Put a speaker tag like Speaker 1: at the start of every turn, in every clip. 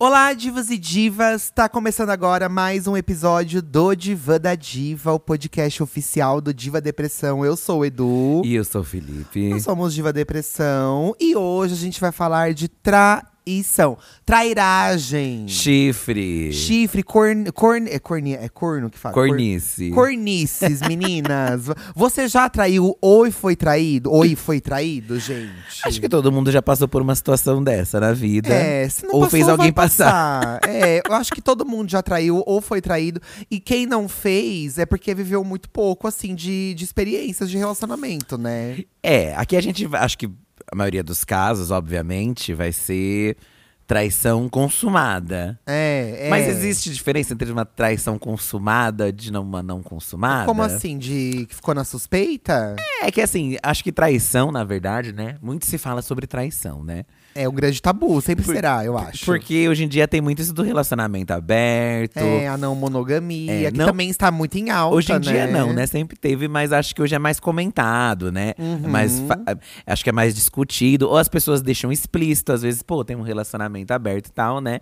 Speaker 1: Olá, divas e divas! Tá começando agora mais um episódio do Diva da Diva, o podcast oficial do Diva Depressão. Eu sou o Edu.
Speaker 2: E eu sou o Felipe.
Speaker 1: Nós somos Diva Depressão e hoje a gente vai falar de traição, trairagem,
Speaker 2: Chifre.
Speaker 1: chifre, corn, corn, é, corni, é corno que fala? Corn-
Speaker 2: Cornice.
Speaker 1: cornices, meninas. Você já traiu ou e foi traído? Ou e foi traído, gente?
Speaker 2: Acho que todo mundo já passou por uma situação dessa na vida.
Speaker 1: É, se não
Speaker 2: Ou
Speaker 1: passou,
Speaker 2: fez alguém
Speaker 1: vai passar. É, eu acho que todo mundo já traiu ou foi traído. E quem não fez é porque viveu muito pouco, assim, de, de experiências de relacionamento, né?
Speaker 2: É, aqui a gente vai- acho que a maioria dos casos, obviamente, vai ser traição consumada.
Speaker 1: É, é.
Speaker 2: Mas existe diferença entre uma traição consumada de não- uma não consumada?
Speaker 1: Como assim? De que ficou na suspeita?
Speaker 2: É que assim, acho que traição, na verdade, né? Muito se fala sobre traição, né?
Speaker 1: É, um grande tabu, sempre
Speaker 2: Por-
Speaker 1: será, eu acho.
Speaker 2: Porque hoje em dia tem muito isso do relacionamento aberto.
Speaker 1: É, a não monogamia,
Speaker 2: É,
Speaker 1: que
Speaker 2: não-
Speaker 1: também está muito em alta,
Speaker 2: Hoje em dia
Speaker 1: né?
Speaker 2: não, né? Sempre teve, mas acho que hoje é mais comentado, né? É Mais
Speaker 1: Uhum.
Speaker 2: fa- acho que é mais discutido. Ou as pessoas deixam explícito, às vezes, pô, tem um relacionamento aberto e tal, né?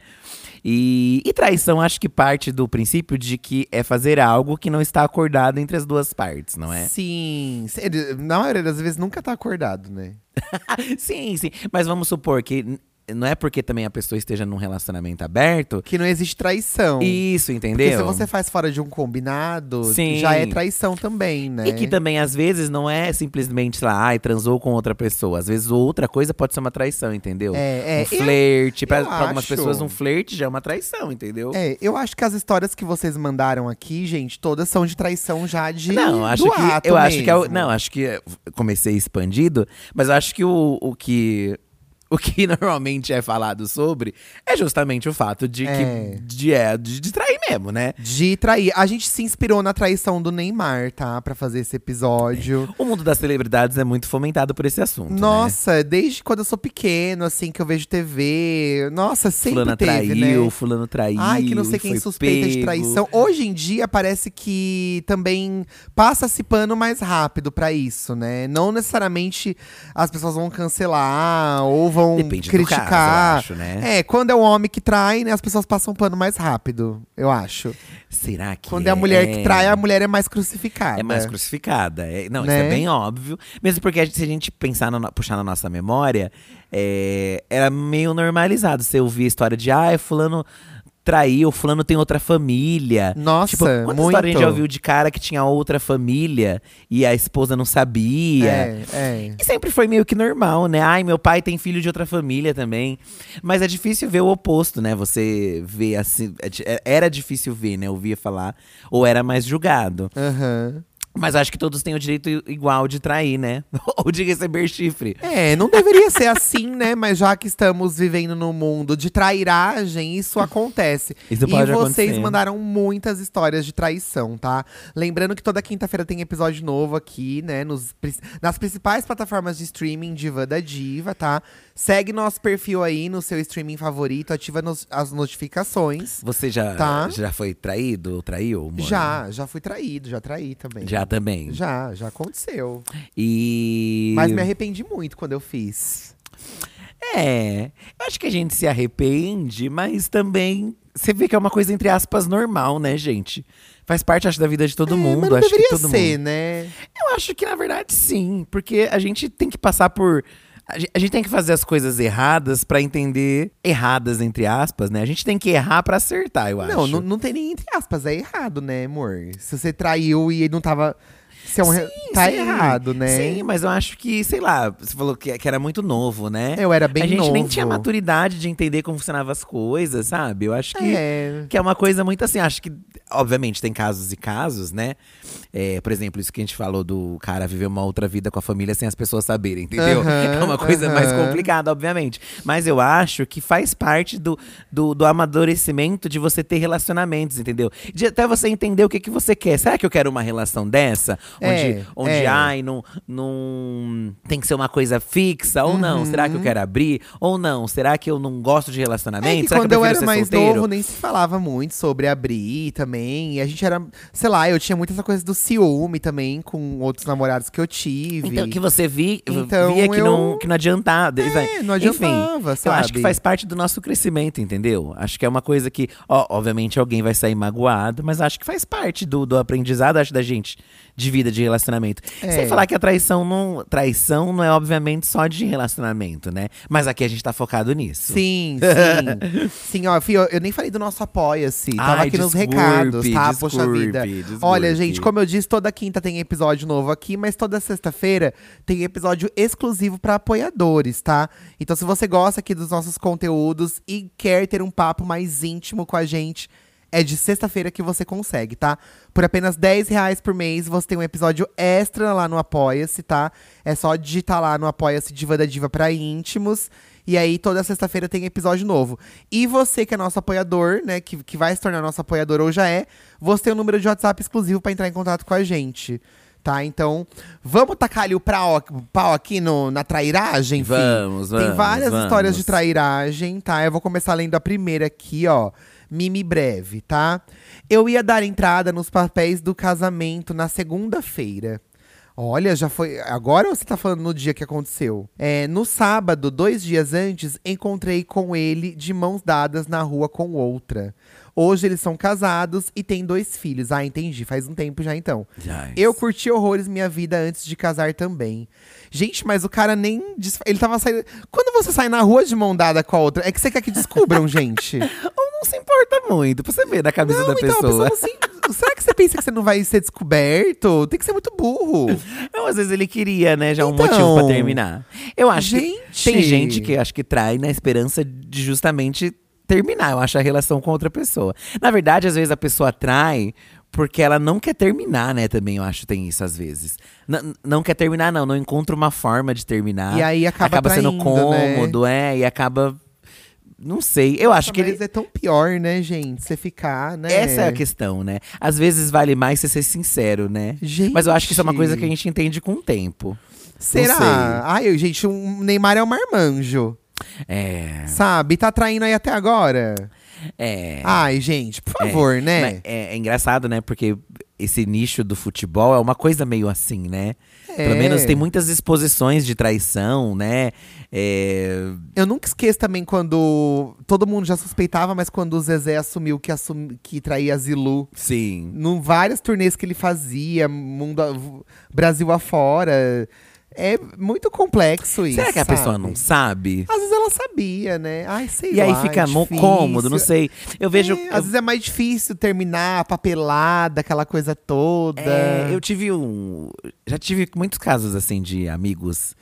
Speaker 2: E, e traição, acho que parte do princípio de que é fazer algo que não está acordado entre as duas partes, não é?
Speaker 1: Sim. se- ele- Na maioria das vezes nunca tá acordado, né?
Speaker 2: Ah, sim, sim. Mas vamos supor que n- não é porque também a pessoa esteja num relacionamento aberto.
Speaker 1: Que não existe traição.
Speaker 2: Isso, entendeu?
Speaker 1: Porque se você faz fora de um combinado,
Speaker 2: Sim.
Speaker 1: já é traição também, né?
Speaker 2: E que também, às vezes, não é simplesmente lá, ai, transou com outra pessoa. Às vezes, outra coisa pode ser uma traição, entendeu?
Speaker 1: É, é.
Speaker 2: Um
Speaker 1: Eu-
Speaker 2: flerte. Pra,
Speaker 1: eu
Speaker 2: pra algumas
Speaker 1: acho.
Speaker 2: pessoas, um flerte já é uma traição, entendeu?
Speaker 1: É, eu acho que as histórias que vocês mandaram aqui, gente, todas são de traição já de
Speaker 2: Não, acho
Speaker 1: do
Speaker 2: que.
Speaker 1: ato
Speaker 2: eu acho que. é o-
Speaker 1: mesmo.
Speaker 2: não, acho que. é- Comecei expandido, mas eu acho que o, o que. O que normalmente é falado sobre é justamente o fato de
Speaker 1: É.
Speaker 2: que. De, é, de, de trair mesmo, né?
Speaker 1: de trair. A gente se inspirou na traição do Neymar, tá? Pra fazer esse episódio.
Speaker 2: O mundo das celebridades é muito fomentado por esse assunto. né?
Speaker 1: Nossa, desde quando eu sou pequeno, assim, que eu vejo TV. Nossa, sempre
Speaker 2: Fulana
Speaker 1: teve,
Speaker 2: né? traiu,
Speaker 1: né?
Speaker 2: fulano traiu.
Speaker 1: Ai, que não
Speaker 2: e
Speaker 1: sei quem
Speaker 2: foi
Speaker 1: suspeita de
Speaker 2: pego.
Speaker 1: traição. Hoje em dia parece que também passa-se pano mais rápido pra isso, né? Não necessariamente as pessoas vão cancelar ou vão
Speaker 2: Depende
Speaker 1: um criticar.
Speaker 2: do caso, eu acho, né?
Speaker 1: É, quando é um homem que trai, né, as pessoas passam pano mais rápido, eu acho.
Speaker 2: Será que
Speaker 1: Quando é a mulher que trai, a mulher é mais crucificada.
Speaker 2: É mais crucificada. É- não, isso
Speaker 1: Né?
Speaker 2: é bem óbvio. Mesmo porque a gente- se a gente pensar, na no- puxar na nossa memória, é, era meio normalizado. Você ouvir a história de, ah, fulano traiu, fulano tem outra família.
Speaker 1: Nossa,
Speaker 2: tipo, quanta história a gente
Speaker 1: muito.
Speaker 2: já ouviu de cara que tinha outra família e a esposa não sabia.
Speaker 1: É, é.
Speaker 2: E sempre foi meio que normal, né? Ai, meu pai tem filho de outra família também. Mas é difícil ver o oposto, né? Você vê assim. é di- é- Era difícil ver, né? Ouvia falar. Ou era mais julgado.
Speaker 1: Aham.
Speaker 2: Mas acho que todos têm o direito i- igual de trair, né? Ou de receber chifre.
Speaker 1: É, não deveria ser assim, né? Mas já que estamos vivendo num mundo de trairagem, isso acontece.
Speaker 2: Isso
Speaker 1: e
Speaker 2: pode
Speaker 1: vocês
Speaker 2: acontecer.
Speaker 1: mandaram muitas histórias de traição, tá? Lembrando que toda quinta-feira tem episódio novo aqui, né? Nos pri- nas principais plataformas de streaming Diva da Diva, tá? Segue nosso perfil aí no seu streaming favorito, ativa nos- as notificações.
Speaker 2: Você já,
Speaker 1: Tá.
Speaker 2: já foi traído ou traiu? Mona?
Speaker 1: Já, já fui traído, já traí também.
Speaker 2: Já também.
Speaker 1: Já, já aconteceu.
Speaker 2: E.
Speaker 1: Mas me arrependi muito quando eu fiz.
Speaker 2: É. Eu acho que a gente se arrepende, mas também. Você vê que é uma coisa, entre aspas, normal, né, gente? Faz parte, acho, da vida de todo
Speaker 1: É,
Speaker 2: mundo.
Speaker 1: mas não
Speaker 2: acho
Speaker 1: deveria
Speaker 2: que todo mundo.
Speaker 1: ser, né?
Speaker 2: Eu acho que, na verdade, sim. Porque a gente tem que passar por. A gen- a gente tem que fazer as coisas erradas pra entender. Erradas, entre aspas, né? A gente tem que errar pra acertar, eu acho.
Speaker 1: Não, não, não tem nem entre aspas, é errado, né, amor? Se você traiu e ele não tava. Se é um re-
Speaker 2: Sim,
Speaker 1: tá
Speaker 2: sim.
Speaker 1: errado, né?
Speaker 2: Sim, mas eu acho que, sei lá, você falou que, que era muito novo, né?
Speaker 1: Eu era bem
Speaker 2: A gente nem
Speaker 1: novo.
Speaker 2: tinha maturidade de entender como funcionavam as coisas, sabe? Eu acho que.
Speaker 1: É.
Speaker 2: Que é uma coisa muito assim, acho que, obviamente, tem casos e casos, né? É, por exemplo, isso que a gente falou do cara viver uma outra vida com a família sem as pessoas saberem, entendeu?
Speaker 1: Aham,
Speaker 2: é uma coisa mais
Speaker 1: aham.
Speaker 2: complicada, obviamente. Mas eu acho que faz parte do, do, do amadurecimento de você ter relacionamentos, entendeu? De até você entender o que, que você quer. Será que eu quero uma relação dessa? Onde,
Speaker 1: É,
Speaker 2: onde
Speaker 1: é.
Speaker 2: ai, não, não tem que ser uma coisa fixa ou não? Será que eu quero abrir? Ou não? Será que eu não gosto de relacionamento?
Speaker 1: Uhum. É que
Speaker 2: Será
Speaker 1: quando
Speaker 2: que eu,
Speaker 1: eu
Speaker 2: prefiro
Speaker 1: era
Speaker 2: ser
Speaker 1: mais
Speaker 2: solteiro?
Speaker 1: novo, nem se falava muito sobre abrir também. também. E a gente era, sei lá, eu tinha muito essa coisa do ciúme também com outros namorados que eu tive.
Speaker 2: Então, que você vi,
Speaker 1: Então,
Speaker 2: via que,
Speaker 1: eu-
Speaker 2: não, que não adiantava.
Speaker 1: É, não adiantava,
Speaker 2: Eu
Speaker 1: sabe?
Speaker 2: acho que faz parte do nosso crescimento, entendeu? Acho que é uma coisa que, ó, obviamente, alguém vai sair magoado, mas acho que faz parte do, do aprendizado, acho, da gente, de vida, de relacionamento.
Speaker 1: É.
Speaker 2: Sem falar que a traição não. Traição não é, obviamente, só de relacionamento, né? Mas aqui a gente tá focado nisso.
Speaker 1: Sim, sim. sim, ó, Fih, eu, eu nem falei do nosso apoia-se. Tava
Speaker 2: Ai,
Speaker 1: aqui nos
Speaker 2: desculpe,
Speaker 1: recados, tá? Poxa
Speaker 2: desculpe,
Speaker 1: vida.
Speaker 2: desculpe.
Speaker 1: Olha, gente, como eu disse, toda quinta tem episódio novo aqui, mas toda sexta-feira tem episódio exclusivo pra apoiadores, tá? Então, se você gosta aqui dos nossos conteúdos e quer ter um papo mais íntimo com a gente. É de sexta-feira que você consegue, tá? Por apenas 10 reais por mês, você tem um episódio extra lá no Apoia-se, tá? É só digitar lá no Apoia-se Diva da Diva pra íntimos. E aí, toda sexta-feira tem episódio novo. E você que é nosso apoiador, né, que, que vai se tornar nosso apoiador ou já é, você tem um número de WhatsApp exclusivo pra entrar em contato com a gente. Tá? Então, vamos tacar ali o prau- pau aqui no, na trairagem? fi?
Speaker 2: Vamos,
Speaker 1: Tem
Speaker 2: vamos,
Speaker 1: várias histórias de
Speaker 2: vamos.
Speaker 1: trairagem, tá? Eu vou começar lendo a primeira aqui, ó. Mimi breve, tá? Eu ia dar entrada nos papéis do casamento na segunda-feira. Olha, já foi. Agora você tá falando no dia que aconteceu? É, no sábado, dois dias antes, encontrei com ele de mãos dadas na rua com outra. Hoje eles são casados e têm dois filhos. Ah, entendi. Faz um tempo já então.
Speaker 2: Nice.
Speaker 1: Eu curti horrores minha vida antes de casar também. Gente, mas o cara nem. disfa- Ele tava saindo. Quando você sai na rua de mão dada com a outra, é que você quer que descubram, gente.
Speaker 2: Ou não se importa muito, pra você ver na cabeça
Speaker 1: Não,
Speaker 2: da
Speaker 1: então
Speaker 2: pessoa.
Speaker 1: a pessoa não se- Será que você pensa que você não vai ser descoberto? Tem que ser muito burro.
Speaker 2: Não, às vezes ele queria, né? Já um
Speaker 1: Então,
Speaker 2: motivo pra terminar. Eu acho
Speaker 1: gente.
Speaker 2: que tem gente que acho que trai na esperança de justamente terminar, eu acho, a relação com outra pessoa. Na verdade, às vezes a pessoa trai porque ela não quer terminar, né? Também eu acho tem isso às vezes. N- não quer terminar, não. Não encontra uma forma de terminar.
Speaker 1: E aí acaba
Speaker 2: sendo
Speaker 1: traindo, né?
Speaker 2: cômodo, é. E acaba… Não sei. Eu acho que
Speaker 1: mas
Speaker 2: ele…
Speaker 1: é tão pior, né, gente? Você ficar, né?
Speaker 2: Essa é a questão, né? Às vezes vale mais você ser sincero, né?
Speaker 1: Gente.
Speaker 2: Mas eu acho que isso é uma coisa que a gente entende com o tempo.
Speaker 1: Será?
Speaker 2: sei.
Speaker 1: Ai, eu- gente, um Neymar é um marmanjo.
Speaker 2: É.
Speaker 1: Sabe? Tá traindo aí até agora.
Speaker 2: É.
Speaker 1: Ai, gente, por favor, Ah, né?
Speaker 2: Mas É, é engraçado, né? Porque esse nicho do futebol é uma coisa meio assim, né?
Speaker 1: É.
Speaker 2: Pelo menos tem muitas exposições de traição, né? É,
Speaker 1: Eu nunca esqueço também quando. Todo mundo já suspeitava, mas quando o Zezé assumiu que, assumi, que traía a Zilu.
Speaker 2: Sim.
Speaker 1: Num vários turnês que ele fazia, mundo, a- v- Brasil afora. É muito complexo isso.
Speaker 2: Será que a
Speaker 1: sabe?
Speaker 2: pessoa não sabe?
Speaker 1: Às vezes ela sabia, né? Ai, sei
Speaker 2: E aí
Speaker 1: lá,
Speaker 2: fica
Speaker 1: é
Speaker 2: mo-
Speaker 1: difícil.
Speaker 2: cômodo, não sei. Eu vejo.
Speaker 1: É,
Speaker 2: eu-
Speaker 1: Às vezes é mais difícil terminar a papelada, aquela coisa toda.
Speaker 2: É, eu tive um. Já tive muitos casos, assim, de amigos.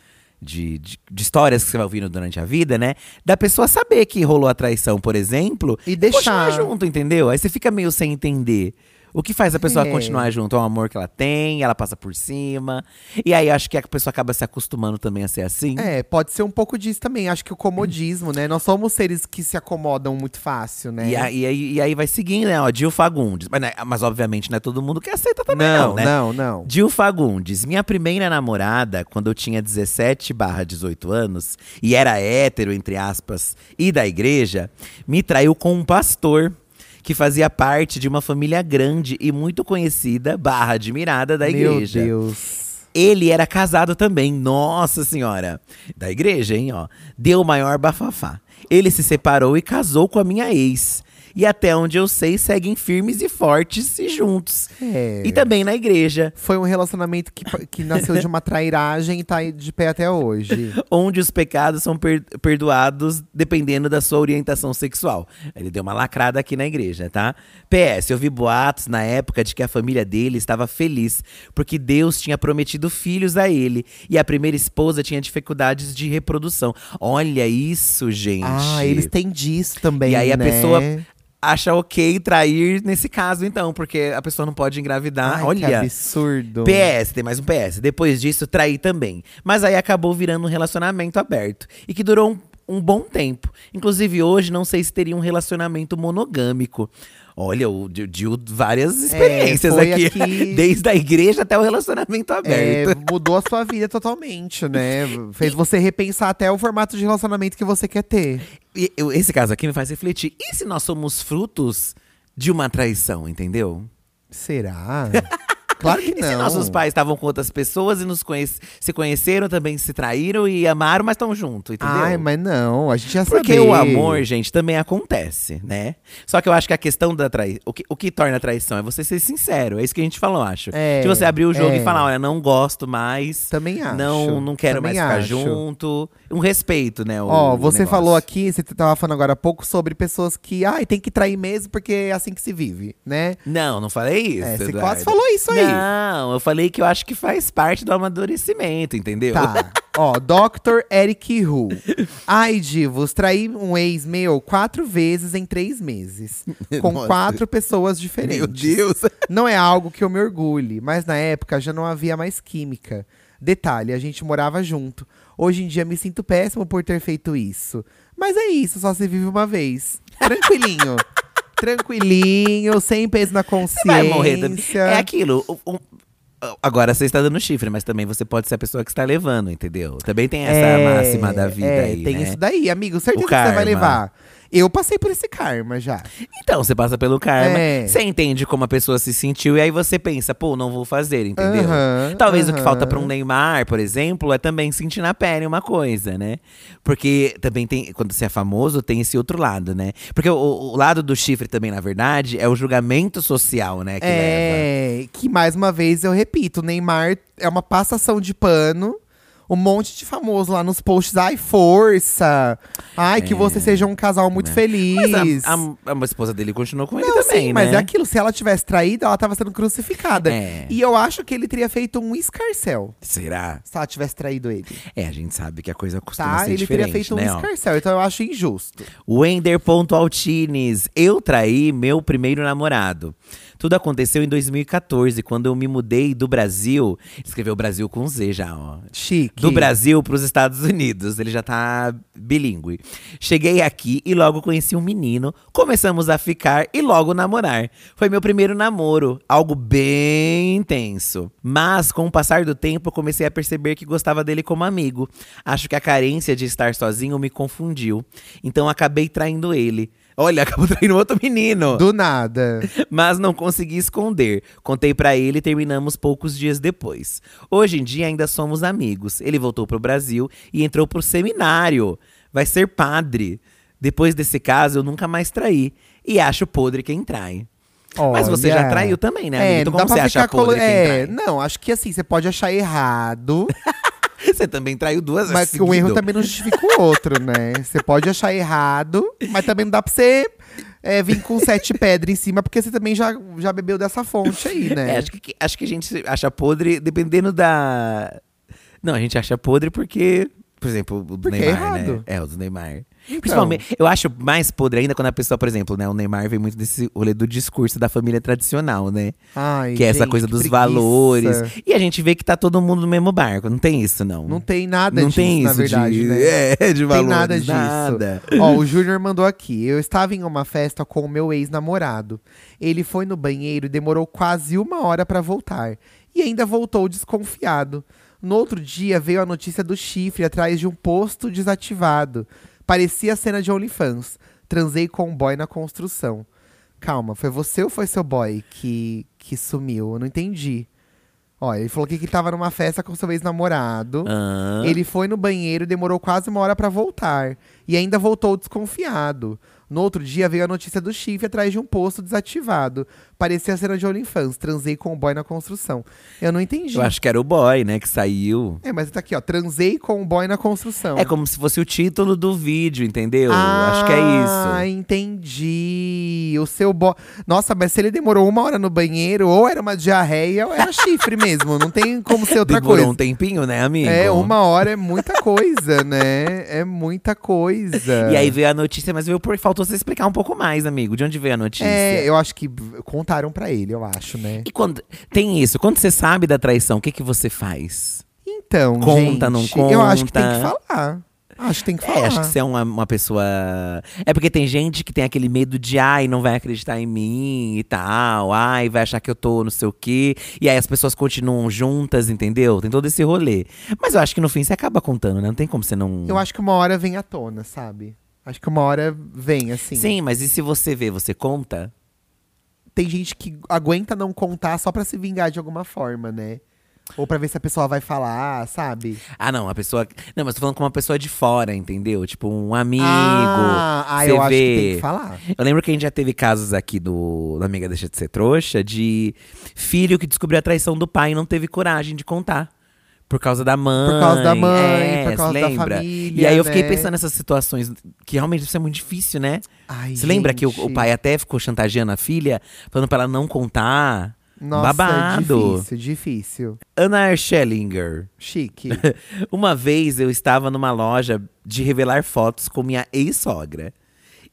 Speaker 2: De, de, de histórias que você vai ouvindo durante a vida, né? Da pessoa saber que rolou a traição, por exemplo.
Speaker 1: E deixar.
Speaker 2: Continuar junto, entendeu? Aí você fica meio sem entender. O que faz a pessoa
Speaker 1: É.
Speaker 2: continuar junto? É um amor que ela tem, ela passa por cima. E aí acho que a pessoa acaba se acostumando também a ser assim.
Speaker 1: É, pode ser um pouco disso também. Acho que o comodismo, né? Nós somos seres que se acomodam muito fácil, né?
Speaker 2: E, aí, e aí- e aí vai seguindo, né? Ó, Dil Fagundes. Mas, né, mas obviamente não é todo mundo que aceita também, não, né?
Speaker 1: não, não.
Speaker 2: Dil Fagundes, minha primeira namorada, quando eu tinha 17 barra 18 anos, e era hétero, entre aspas, e da igreja, me traiu com um pastor que fazia parte de uma família grande e muito conhecida, barra admirada da igreja.
Speaker 1: Meu Deus.
Speaker 2: Ele era casado também, nossa senhora. Da igreja, hein, ó. Deu o maior bafafá. Ele se separou e casou com a minha ex. E até onde eu sei, seguem firmes e fortes e juntos.
Speaker 1: É.
Speaker 2: E tá- também na igreja.
Speaker 1: Foi um relacionamento que, que nasceu de uma trairagem e tá aí de pé até hoje.
Speaker 2: onde os pecados são per- perdoados dependendo da sua orientação sexual. Ele deu uma lacrada aqui na igreja, tá? PS, eu vi boatos na época de que a família dele estava feliz, porque Deus tinha prometido filhos a ele e a primeira esposa tinha dificuldades de reprodução. Olha isso, gente.
Speaker 1: Ah, eles têm disso também.
Speaker 2: E aí a
Speaker 1: né?
Speaker 2: pessoa acha ok trair nesse caso então, porque a pessoa não pode engravidar.
Speaker 1: Ai,
Speaker 2: Ah, Olha.
Speaker 1: Que absurdo.
Speaker 2: PS, tem mais um PS. Depois disso, traí também. Mas aí acabou virando um relacionamento aberto. E que durou um, um bom tempo. Inclusive, hoje, não sei se teria um relacionamento monogâmico. Olha, o Dil Dil- várias experiências
Speaker 1: É, foi
Speaker 2: aqui,
Speaker 1: aqui-
Speaker 2: Desde a igreja até o relacionamento
Speaker 1: É,
Speaker 2: aberto.
Speaker 1: mudou a sua vida totalmente, né? Fez você repensar até o formato de relacionamento que você quer ter.
Speaker 2: E eu- esse caso aqui me faz refletir. E se nós somos frutos de uma traição, entendeu?
Speaker 1: Será? claro que
Speaker 2: E
Speaker 1: não.
Speaker 2: se nossos pais estavam com outras pessoas e nos conhece- se conheceram também, se traíram e amaram, mas estão junto, entendeu?
Speaker 1: Ai, mas não, a gente já sabe.
Speaker 2: Porque o amor, é gente, também acontece, né? Só que eu acho que a questão da traição. O que, o que torna a traição é você ser sincero. É isso que a gente falou, eu acho.
Speaker 1: É,
Speaker 2: De você abrir o jogo
Speaker 1: é.
Speaker 2: e falar: olha, não gosto mais.
Speaker 1: Também acho.
Speaker 2: Não, não quero
Speaker 1: também
Speaker 2: mais ficar
Speaker 1: acho.
Speaker 2: junto. Um respeito, né? o-
Speaker 1: Ó,
Speaker 2: o
Speaker 1: você
Speaker 2: negócio.
Speaker 1: falou aqui, você tava falando agora há pouco sobre pessoas que, ai, tem que trair mesmo porque é assim que se vive, né?
Speaker 2: Não, não falei isso.
Speaker 1: é, você
Speaker 2: Eduardo.
Speaker 1: quase falou isso aí.
Speaker 2: Não, eu falei que eu acho que faz parte do amadurecimento, entendeu?
Speaker 1: Tá. Ó, Dr. Eric Hu. Ai, divos, traí um ex meu quatro vezes em três meses. Com
Speaker 2: Nossa.
Speaker 1: quatro pessoas diferentes.
Speaker 2: Meu Deus.
Speaker 1: Não é algo que eu me orgulhe, mas na época já não havia mais química. Detalhe, a gente morava junto. Hoje em dia me sinto péssimo por ter feito isso. Mas é isso, só se vive uma vez. Tranquilinho. Tranquilinho, sem peso na consciência.
Speaker 2: Vai morrer também. É aquilo. o- o- agora você está dando chifre, mas também você pode ser a pessoa que está levando, entendeu? Também tem essa
Speaker 1: É,
Speaker 2: máxima da vida
Speaker 1: é,
Speaker 2: aí.
Speaker 1: Tem
Speaker 2: né?
Speaker 1: isso daí, amigo. Certeza
Speaker 2: O
Speaker 1: que você vai
Speaker 2: karma.
Speaker 1: levar. Eu passei por esse karma já.
Speaker 2: Então, você passa pelo karma,
Speaker 1: É.
Speaker 2: você entende como a pessoa se sentiu, e aí você pensa, pô, não vou fazer, entendeu?
Speaker 1: Aham,
Speaker 2: Talvez o que
Speaker 1: aham.
Speaker 2: falta pra um Neymar, por exemplo, é também sentir na pele uma coisa, né? Porque também tem, quando você é famoso, tem esse outro lado, né? Porque o, o lado do chifre também, na verdade, é o julgamento social, né? Que leva.
Speaker 1: é, que mais uma vez eu repito, o Neymar é uma passação de pano. Um monte de famoso lá nos posts. Ai, força! Ai, que você seja um casal muito feliz.
Speaker 2: É, né? Mas a, a- a esposa dele continuou com ele
Speaker 1: Não,
Speaker 2: também,
Speaker 1: sim,
Speaker 2: né?
Speaker 1: mas é aquilo. Se ela tivesse traído, ela tava sendo crucificada.
Speaker 2: É.
Speaker 1: E eu acho que ele teria feito um escarcel
Speaker 2: Será?
Speaker 1: se ela tivesse traído ele.
Speaker 2: É, a gente sabe que a coisa
Speaker 1: Tá?
Speaker 2: costuma ser
Speaker 1: Ele teria
Speaker 2: diferente,
Speaker 1: feito um
Speaker 2: né? ó.
Speaker 1: escarcel. Então eu acho injusto.
Speaker 2: Wender.altines, eu traí meu primeiro namorado. Tudo aconteceu em 2014, quando eu me mudei do Brasil. Escreveu Brasil com Z já, ó.
Speaker 1: Chique.
Speaker 2: Do Brasil para os Estados Unidos. Ele já tá bilíngue. Cheguei aqui e logo conheci um menino. Começamos a ficar e logo namorar. Foi meu primeiro namoro, algo bem intenso. Mas com o passar do tempo, eu comecei a perceber que gostava dele como amigo. Acho que a carência de estar sozinho me confundiu. Então acabei traindo ele. Olha, acabou traindo outro menino.
Speaker 1: Do nada.
Speaker 2: Mas não consegui esconder. Contei pra ele e terminamos poucos dias depois. Hoje em dia ainda somos amigos. Ele voltou pro Brasil e entrou pro seminário. Vai ser padre. Depois desse caso, eu nunca mais traí. E acho podre quem trai. Mas você já
Speaker 1: Olha.
Speaker 2: traiu também, né, amigo?
Speaker 1: É,
Speaker 2: Então
Speaker 1: não dá
Speaker 2: como você
Speaker 1: pra
Speaker 2: acha
Speaker 1: ficar colo...
Speaker 2: podre quem
Speaker 1: É,
Speaker 2: trai?
Speaker 1: não, acho que assim, você pode achar errado,
Speaker 2: Você também traiu duas vezes.
Speaker 1: mas que um erro
Speaker 2: seguido.
Speaker 1: também não justifica o outro, né? Você pode achar errado, mas também não dá pra você é, vir com sete pedras em cima, porque você também já, já bebeu dessa fonte aí, né?
Speaker 2: É, acho, que, acho que a gente acha podre dependendo da. Não, a gente acha podre porque. Por exemplo, o do
Speaker 1: Porque é
Speaker 2: Neymar, né?
Speaker 1: errado. Então.
Speaker 2: É, o do Neymar. Principalmente, eu acho mais podre ainda quando a pessoa, por exemplo, né? O Neymar vem muito desse rolê do discurso da família tradicional, né?
Speaker 1: Ai,
Speaker 2: que é essa
Speaker 1: gente,
Speaker 2: coisa
Speaker 1: que
Speaker 2: dos
Speaker 1: preguiça.
Speaker 2: valores. E a gente vê que tá todo mundo no mesmo barco. Não tem isso, não.
Speaker 1: Não tem nada
Speaker 2: Não
Speaker 1: disso,
Speaker 2: tem isso
Speaker 1: na verdade,
Speaker 2: de,
Speaker 1: né?
Speaker 2: É, de
Speaker 1: Não tem
Speaker 2: valores.
Speaker 1: nada disso.
Speaker 2: nada.
Speaker 1: Ó, o Júnior mandou aqui. Eu estava em uma festa com o meu ex-namorado. Ele foi no banheiro e demorou quase uma hora pra voltar. E ainda voltou desconfiado. No outro dia veio a notícia do chifre atrás de um posto desativado. Parecia cena de OnlyFans. Transei com um boy na construção. Calma, foi você ou foi seu boy que, que sumiu? Eu não entendi. Ó, ele falou que, que tava numa festa com seu ex-namorado.
Speaker 2: Ah.
Speaker 1: Ele foi no banheiro, demorou quase uma hora pra voltar. E ainda voltou desconfiado. No outro dia veio a notícia do chifre atrás de um posto desativado. Parecia cena de OnlyFans. Transei com o boy na construção. Eu não entendi.
Speaker 2: Eu acho que era o boy, né? Que saiu.
Speaker 1: É, mas tá aqui, ó. Transei com o boy na construção.
Speaker 2: É como se fosse o título do vídeo, entendeu? acho que é isso.
Speaker 1: Ah, entendi. O seu boy. Nossa, mas se ele demorou uma hora no banheiro, ou era uma diarreia, ou era chifre mesmo. Não tem como ser outra
Speaker 2: Demorou
Speaker 1: coisa.
Speaker 2: um tempinho, né, amigo?
Speaker 1: É, uma hora é muita coisa, né? É muita coisa.
Speaker 2: E aí veio a notícia, mas veio por... faltou você explicar um pouco mais, amigo. De onde veio a notícia?
Speaker 1: É, eu acho que b- contaram pra ele, eu acho, né?
Speaker 2: E quando. Tem isso. Quando você sabe da traição, o que, que você faz?
Speaker 1: Então,
Speaker 2: Conta, não
Speaker 1: gente, eu acho que tem que
Speaker 2: conta?
Speaker 1: falar. Acho que tem que falar.
Speaker 2: É, acho que você é uma, uma pessoa. É porque tem gente que tem aquele medo de, ai, não vai acreditar em mim e tal, ai, vai achar que eu tô não sei o quê. E aí as pessoas continuam juntas, entendeu? Tem todo esse rolê. Mas eu acho que no fim você acaba contando, né? Não tem como você não.
Speaker 1: Eu acho que uma hora vem à tona, sabe? Acho que uma hora vem, assim.
Speaker 2: Sim, mas e se você vê, você conta?
Speaker 1: tem gente que aguenta não contar só pra se vingar de alguma forma, né? Ou pra ver se a pessoa vai falar, sabe?
Speaker 2: Ah, não, a pessoa. Não, mas tô falando com uma pessoa de fora, entendeu? Tipo, um amigo.
Speaker 1: Ah, ah,
Speaker 2: você
Speaker 1: eu acho que
Speaker 2: vê.
Speaker 1: tem que falar.
Speaker 2: Eu lembro que a gente já teve casos aqui do, do Amiga Deixa de Ser Trouxa de filho que descobriu a traição do pai e não teve coragem de contar. Por causa da mãe.
Speaker 1: Por causa da mãe,
Speaker 2: é,
Speaker 1: por causa
Speaker 2: você
Speaker 1: da
Speaker 2: lembra?
Speaker 1: família,
Speaker 2: E aí eu fiquei
Speaker 1: né?
Speaker 2: pensando nessas situações que realmente isso é muito difícil, né?
Speaker 1: Ai,
Speaker 2: você lembra que o, o
Speaker 1: gente.
Speaker 2: pai até ficou chantageando a filha, falando pra ela não contar?
Speaker 1: Nossa,
Speaker 2: é
Speaker 1: é
Speaker 2: Babado.
Speaker 1: difícil, difícil.
Speaker 2: Ana Schellinger.
Speaker 1: Chique.
Speaker 2: Uma vez eu estava numa loja de revelar fotos com minha ex-sogra.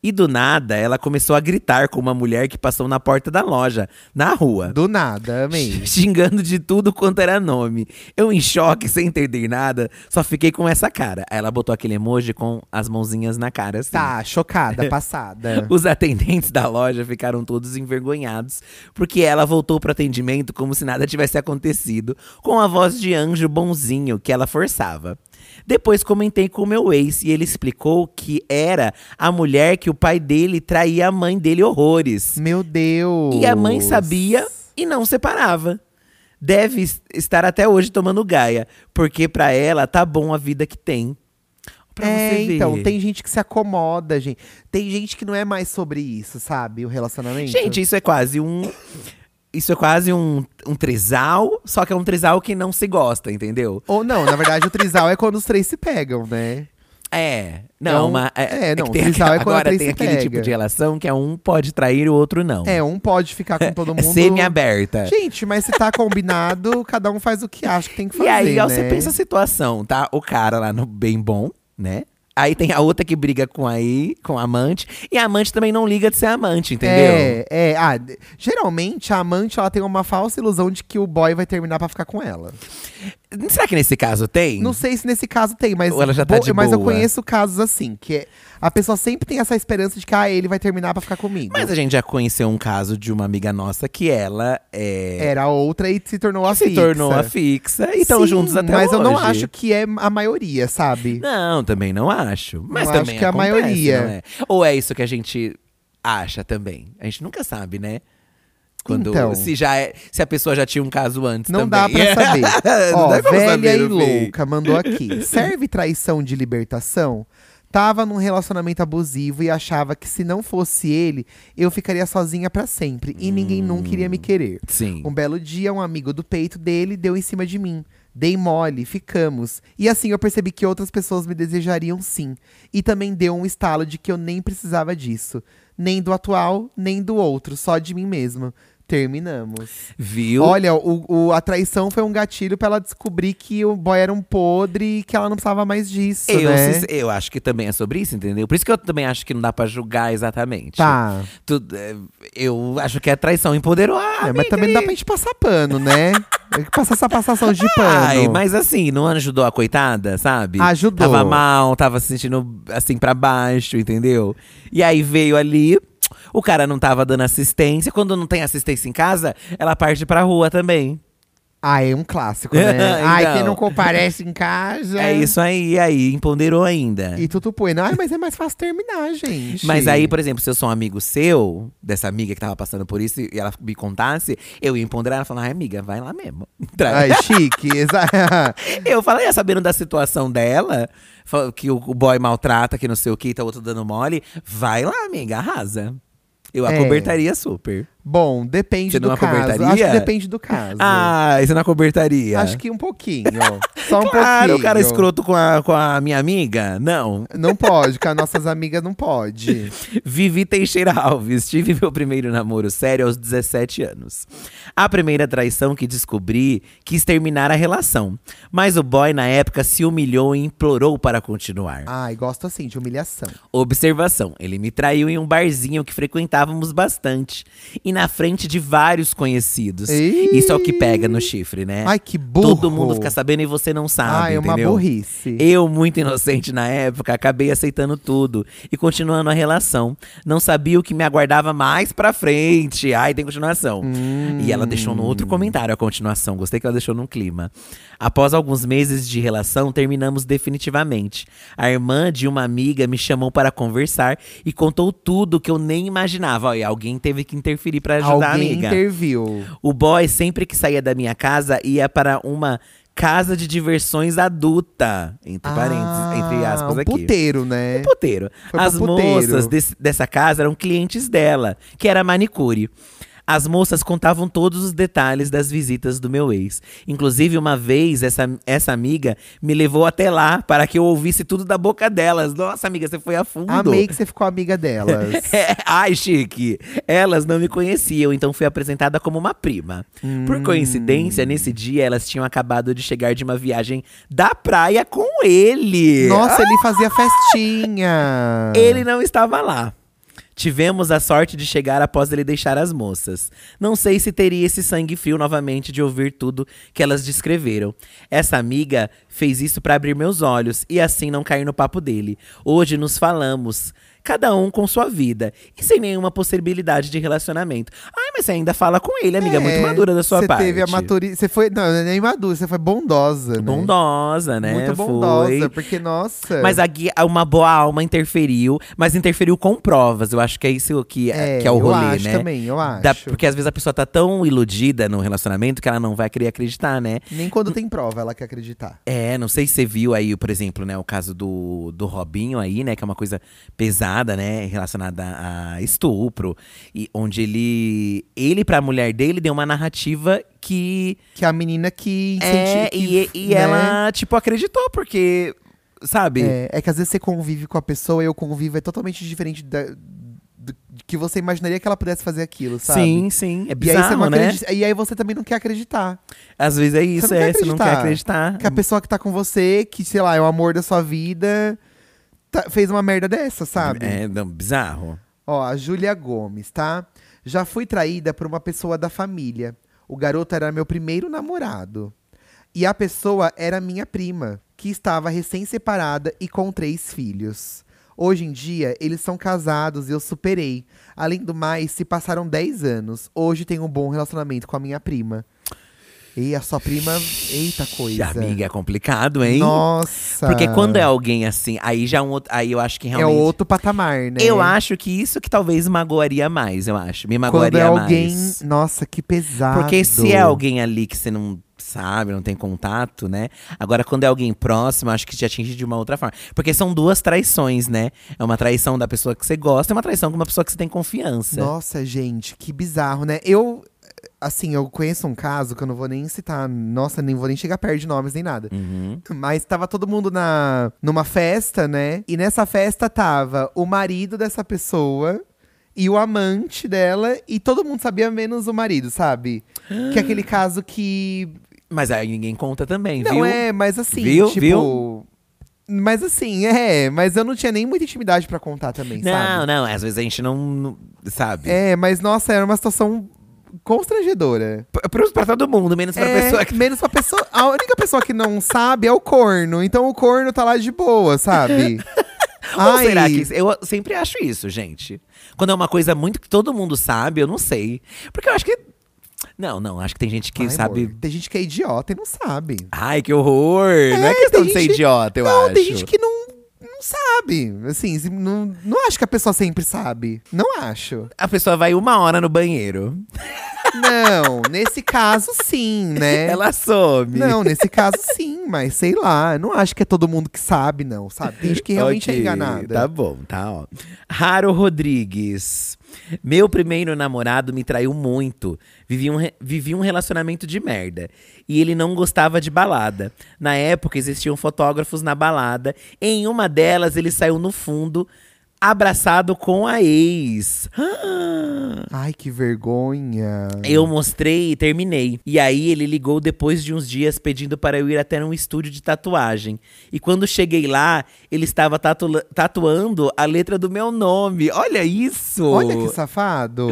Speaker 2: E do nada, ela começou a gritar com uma mulher que passou na porta da loja, na rua.
Speaker 1: Do nada, amei.
Speaker 2: Xingando de tudo quanto era nome. Eu, em choque, sem entender nada, só fiquei com essa cara. Aí ela botou aquele emoji com as mãozinhas na cara, assim.
Speaker 1: Tá, chocada, passada.
Speaker 2: Os atendentes da loja ficaram todos envergonhados, porque ela voltou pro atendimento como se nada tivesse acontecido, com a voz de anjo bonzinho que ela forçava. Depois comentei com o meu ex e ele explicou que era a mulher que o pai dele traía a mãe dele horrores.
Speaker 1: Meu Deus.
Speaker 2: E a mãe sabia e não separava. Deve es- estar até hoje tomando gaia, porque pra ela tá bom a vida que tem. Pra
Speaker 1: é,
Speaker 2: você ver.
Speaker 1: então, tem gente que se acomoda, gente. Tem gente que não é mais sobre isso, sabe? O relacionamento.
Speaker 2: Gente, isso é quase um. Isso é quase um, um trisal, só que é um trisal que não se gosta, entendeu?
Speaker 1: Ou não, na verdade, o trisal é quando os três se pegam, né?
Speaker 2: É.
Speaker 1: É
Speaker 2: Não,
Speaker 1: um-
Speaker 2: mas.
Speaker 1: é, não,
Speaker 2: que tem
Speaker 1: trisal
Speaker 2: aquela-
Speaker 1: é quando
Speaker 2: Agora
Speaker 1: três
Speaker 2: tem
Speaker 1: se
Speaker 2: aquele
Speaker 1: pega.
Speaker 2: tipo de relação que é um pode trair, o outro não.
Speaker 1: É, um pode ficar com todo
Speaker 2: Então. É
Speaker 1: mundo.
Speaker 2: semi-aberta.
Speaker 1: Gente, mas se tá combinado, cada um faz o que acha que tem que fazer.
Speaker 2: E aí,
Speaker 1: né?
Speaker 2: ó, você pensa a situação, tá? O cara lá no bem bom, né? Aí tem a outra que briga com aí, com a amante. E a amante também não liga de ser amante, entendeu?
Speaker 1: É, é. Ah, d- geralmente a amante ela tem uma falsa ilusão de que o boy vai terminar pra ficar com ela.
Speaker 2: Será que nesse caso tem?
Speaker 1: Não sei se nesse caso tem, mas.
Speaker 2: Ou ela já tá
Speaker 1: bo-
Speaker 2: de
Speaker 1: Mas eu
Speaker 2: boa.
Speaker 1: conheço casos assim, que é- a pessoa sempre tem essa esperança de que ah, ele vai terminar pra ficar comigo.
Speaker 2: Mas a gente já conheceu um caso de uma amiga nossa que ela é.
Speaker 1: Era outra e se tornou a
Speaker 2: se
Speaker 1: fixa.
Speaker 2: tornou a fixa e estão
Speaker 1: Sim,
Speaker 2: juntos até
Speaker 1: Mas
Speaker 2: hoje.
Speaker 1: eu não acho que é a maioria, sabe?
Speaker 2: Não, também não acho. Mas
Speaker 1: Não acho
Speaker 2: também
Speaker 1: que é a
Speaker 2: acontece,
Speaker 1: maioria.
Speaker 2: não é? Ou é isso que a gente acha também? A gente nunca sabe, né? Quando
Speaker 1: Então.
Speaker 2: se já é- se a pessoa já tinha um caso antes
Speaker 1: Não dá
Speaker 2: também.
Speaker 1: pra saber.
Speaker 2: Não
Speaker 1: Ó,
Speaker 2: dá pra
Speaker 1: velha
Speaker 2: saber,
Speaker 1: e
Speaker 2: meu filho.
Speaker 1: louca mandou aqui. Serve traição de libertação? Tava num relacionamento abusivo e achava que se não fosse ele, eu ficaria sozinha pra sempre e ninguém nunca iria
Speaker 2: Hum.
Speaker 1: me querer.
Speaker 2: Sim.
Speaker 1: Um belo dia, um amigo do peito dele deu em cima de mim. Dei mole, ficamos. E assim eu percebi que outras pessoas me desejariam sim. E também deu um estalo de que eu nem precisava disso. Nem do atual, nem do outro, só de mim mesma. Terminamos.
Speaker 2: Viu?
Speaker 1: Olha, o, o- a traição foi um gatilho pra ela descobrir que o boy era um podre e que ela não precisava mais disso,
Speaker 2: eu,
Speaker 1: né?
Speaker 2: sincer- eu acho que também é sobre isso, entendeu? Por isso que eu também acho que não dá pra julgar exatamente.
Speaker 1: Tá.
Speaker 2: Tu- é, eu acho que a traição Ah, empoderou a
Speaker 1: É, mas também não dá pra gente passar pano, né? Tem que passar essa passação de pano.
Speaker 2: Ai, mas assim, não ajudou a coitada, sabe?
Speaker 1: Ajudou.
Speaker 2: Tava mal, tava se sentindo assim pra baixo, entendeu? E aí veio ali, o cara não tava dando assistência. Quando não tem assistência em casa, ela parte pra rua também.
Speaker 1: Ah, é um clássico, né?
Speaker 2: Então.
Speaker 1: Ai, quem não comparece em casa.
Speaker 2: É isso aí, aí empoderou ainda.
Speaker 1: E tudo põe. Ai, mas é mais fácil terminar, gente.
Speaker 2: Mas aí, por exemplo, se eu sou um amigo seu, dessa amiga que tava passando por isso, e ela me contasse, eu ia empoderar ela falar, ai amiga, vai lá mesmo. Trai.
Speaker 1: Ai, chique. exa-
Speaker 2: Eu falei, ah, sabendo da situação dela, fa- que o o boy maltrata, que não sei o que, tá outro dando mole, vai lá, amiga, arrasa. Eu
Speaker 1: É.
Speaker 2: acobertaria super.
Speaker 1: Bom, depende
Speaker 2: Você
Speaker 1: do
Speaker 2: não
Speaker 1: caso.
Speaker 2: acobertaria?
Speaker 1: Acho que depende do caso.
Speaker 2: Ah, você não acobertaria?
Speaker 1: Acho que um pouquinho. Só um
Speaker 2: Claro,
Speaker 1: pouquinho.
Speaker 2: o cara escroto com a, com a minha amiga? Não.
Speaker 1: Não pode, com as nossas amigas não pode.
Speaker 2: Vivi Teixeira Alves, tive meu primeiro namoro sério aos 17 anos. A primeira traição que descobri quis terminar a relação, mas o boy na época se humilhou e implorou para continuar.
Speaker 1: Ai, gosto assim, de humilhação.
Speaker 2: Observação: ele me traiu em um barzinho que frequentávamos bastante e na frente de vários conhecidos.
Speaker 1: Ih!
Speaker 2: Isso é o que pega no chifre, né?
Speaker 1: Ai, que burro.
Speaker 2: Todo mundo fica sabendo e você não sabe,
Speaker 1: Ai, é uma
Speaker 2: entendeu?
Speaker 1: burrice.
Speaker 2: Eu, muito inocente na época, acabei aceitando tudo e continuando a relação. Não sabia o que me aguardava mais pra frente. Ai, tem continuação. E ela deixou no outro comentário a continuação. Gostei que ela deixou num clima. Após alguns meses de relação, terminamos definitivamente. A irmã de uma amiga me chamou para conversar e contou tudo que eu nem imaginava. Olha, alguém teve que interferir intervir pra ajudar
Speaker 1: Alguém
Speaker 2: a amiga.
Speaker 1: interviu.
Speaker 2: O boy, sempre que saía da minha casa, ia para uma casa de diversões adulta. Entre
Speaker 1: Ah,
Speaker 2: parênteses, entre aspas
Speaker 1: um
Speaker 2: aqui. É um
Speaker 1: puteiro, né?
Speaker 2: Puteiro.
Speaker 1: Foi pro
Speaker 2: As
Speaker 1: puteiro.
Speaker 2: moças desse- dessa casa eram clientes dela, que era manicure. As moças contavam todos os detalhes das visitas do meu ex. Inclusive, uma vez, essa, essa amiga me levou até lá para que eu ouvisse tudo da boca delas. Nossa, amiga, você foi a fundo.
Speaker 1: Amei que você ficou amiga delas.
Speaker 2: É, ai, chique. Elas não me conheciam, então fui apresentada como uma prima. Por coincidência, nesse dia elas tinham acabado de chegar de uma viagem da praia com ele. Ah!
Speaker 1: Nossa, ele fazia festinha.
Speaker 2: Ele não estava lá. Tivemos a sorte de chegar após ele deixar as moças. Não sei se teria esse sangue frio novamente de ouvir tudo que elas descreveram. Essa amiga fez isso para abrir meus olhos e assim não cair no papo dele. Hoje nos falamos, cada um com sua vida e sem nenhuma possibilidade de relacionamento. Ai, mas você ainda fala com ele, amiga, muito madura da sua
Speaker 1: É. você
Speaker 2: parte.
Speaker 1: teve a maturidade. Você foi. Não, é nem madura, você foi bondosa, né?
Speaker 2: Bondosa, né?
Speaker 1: Muito
Speaker 2: Foi.
Speaker 1: bondosa, porque, nossa.
Speaker 2: Mas a guia, uma boa alma interferiu, mas interferiu com provas. Eu acho que é isso que é, que é o
Speaker 1: eu
Speaker 2: rolê,
Speaker 1: acho
Speaker 2: né?
Speaker 1: também, eu acho.
Speaker 2: Da- porque às vezes a pessoa tá tão iludida no relacionamento que ela não vai querer acreditar, né?
Speaker 1: Nem quando tem prova ela quer acreditar.
Speaker 2: É, não sei se você viu aí, por exemplo, né, o caso do, do Robinho aí, né, que é uma coisa pesada, né, relacionada a estupro, e onde ele ele para a mulher dele deu uma narrativa que
Speaker 1: Que a menina que
Speaker 2: é,
Speaker 1: incenti-
Speaker 2: e,
Speaker 1: que,
Speaker 2: e
Speaker 1: né?
Speaker 2: ela tipo acreditou porque sabe?
Speaker 1: É, é que às vezes você convive com a pessoa e o convívio é totalmente diferente da, do- de que você imaginaria que ela pudesse fazer aquilo, sabe?
Speaker 2: Sim, sim, é
Speaker 1: E aí, você
Speaker 2: bizarro,
Speaker 1: não
Speaker 2: né?
Speaker 1: acredita- e aí você também não quer acreditar.
Speaker 2: Às vezes é isso,
Speaker 1: não quer
Speaker 2: é. Você não quer acreditar.
Speaker 1: Que a pessoa que tá com você, que, sei lá, é o amor da sua vida, tá- fez uma merda dessa, sabe?
Speaker 2: É, não, bizarro.
Speaker 1: Ó, a Júlia Gomes, tá? Já fui traída por uma pessoa da família. O garoto era meu primeiro namorado. E a pessoa era minha prima, que estava recém-separada e com três filhos. Hoje em dia, eles são casados e eu superei. Além do mais, se passaram 10 anos. Hoje tenho um bom relacionamento com a minha prima. E a sua prima. Eita coisa.
Speaker 2: Amiga, é complicado, hein?
Speaker 1: Nossa.
Speaker 2: Porque quando é alguém assim, aí já é um outro. Aí eu acho que
Speaker 1: É
Speaker 2: realmente.
Speaker 1: outro patamar, né?
Speaker 2: Eu acho que isso que talvez magoaria mais, eu acho. Me
Speaker 1: Quando é
Speaker 2: magoaria
Speaker 1: alguém.
Speaker 2: mais.
Speaker 1: Nossa, que pesado.
Speaker 2: Porque se é alguém ali que você não sabe, não tem contato, né? Agora, quando é alguém próximo, eu acho que te atinge de uma outra forma. Porque são duas traições, né? É uma traição da pessoa que você gosta e uma traição com uma pessoa que você tem confiança.
Speaker 1: Nossa, gente, que bizarro, né? Eu, assim, eu conheço um caso que eu não vou nem citar. Nossa, nem vou nem chegar perto de nomes nem nada.
Speaker 2: Uhum.
Speaker 1: Mas tava todo mundo na, numa festa, né? E nessa festa tava o marido dessa pessoa e o amante dela. E todo mundo sabia menos o marido, sabe? Que é
Speaker 2: Ah.
Speaker 1: aquele caso que.
Speaker 2: Mas aí ninguém conta também,
Speaker 1: Não
Speaker 2: viu?
Speaker 1: é, mas assim,
Speaker 2: Viu?
Speaker 1: tipo.
Speaker 2: Viu?
Speaker 1: Mas assim, é, mas eu não tinha nem muita intimidade pra contar
Speaker 2: assim,
Speaker 1: também, sabe?
Speaker 2: Não, não, às vezes a gente não. não- Sabe?
Speaker 1: É, mas nossa, era uma situação constrangedora.
Speaker 2: P- Pra, pra todo mundo, menos pra
Speaker 1: É,
Speaker 2: pessoa que.
Speaker 1: Menos pra pessoa. A única pessoa que não sabe é o corno. Então o corno tá lá de boa, sabe?
Speaker 2: tá, Ou será que. Eu sempre acho isso, gente. Quando é uma coisa muito que todo mundo sabe, eu não sei. Porque eu acho que. Não, não, acho que tem gente que
Speaker 1: Ai,
Speaker 2: sabe.
Speaker 1: amor, tem gente que é idiota e não sabe.
Speaker 2: Ai, que horror! não é
Speaker 1: É,
Speaker 2: questão
Speaker 1: tem
Speaker 2: de ser
Speaker 1: gente-
Speaker 2: idiota, eu
Speaker 1: não,
Speaker 2: acho.
Speaker 1: tem gente que não, não sabe. Assim, se- não, não acho que a pessoa sempre sabe. Não acho.
Speaker 2: A pessoa vai uma hora no banheiro.
Speaker 1: Não, nesse caso sim, né?
Speaker 2: Ela some.
Speaker 1: Não, nesse caso sim, mas sei lá. Não acho que é todo mundo que sabe, não, sabe? Tem gente que realmente é
Speaker 2: Ok,
Speaker 1: enganada.
Speaker 2: Tá bom, tá, ó. Raro Rodrigues. Meu primeiro namorado me traiu muito. Vivi um, re- vivi um relacionamento de merda. E ele não gostava de balada. Na época, existiam fotógrafos na balada. Em uma delas, ele saiu no fundo, abraçado com a ex. Ah!
Speaker 1: Ai, que vergonha.
Speaker 2: Eu mostrei e terminei. E aí ele ligou depois de uns dias pedindo para eu ir até um estúdio de tatuagem. E quando cheguei lá, ele estava tatu- tatuando a letra do meu nome. Olha isso!
Speaker 1: Olha que safado.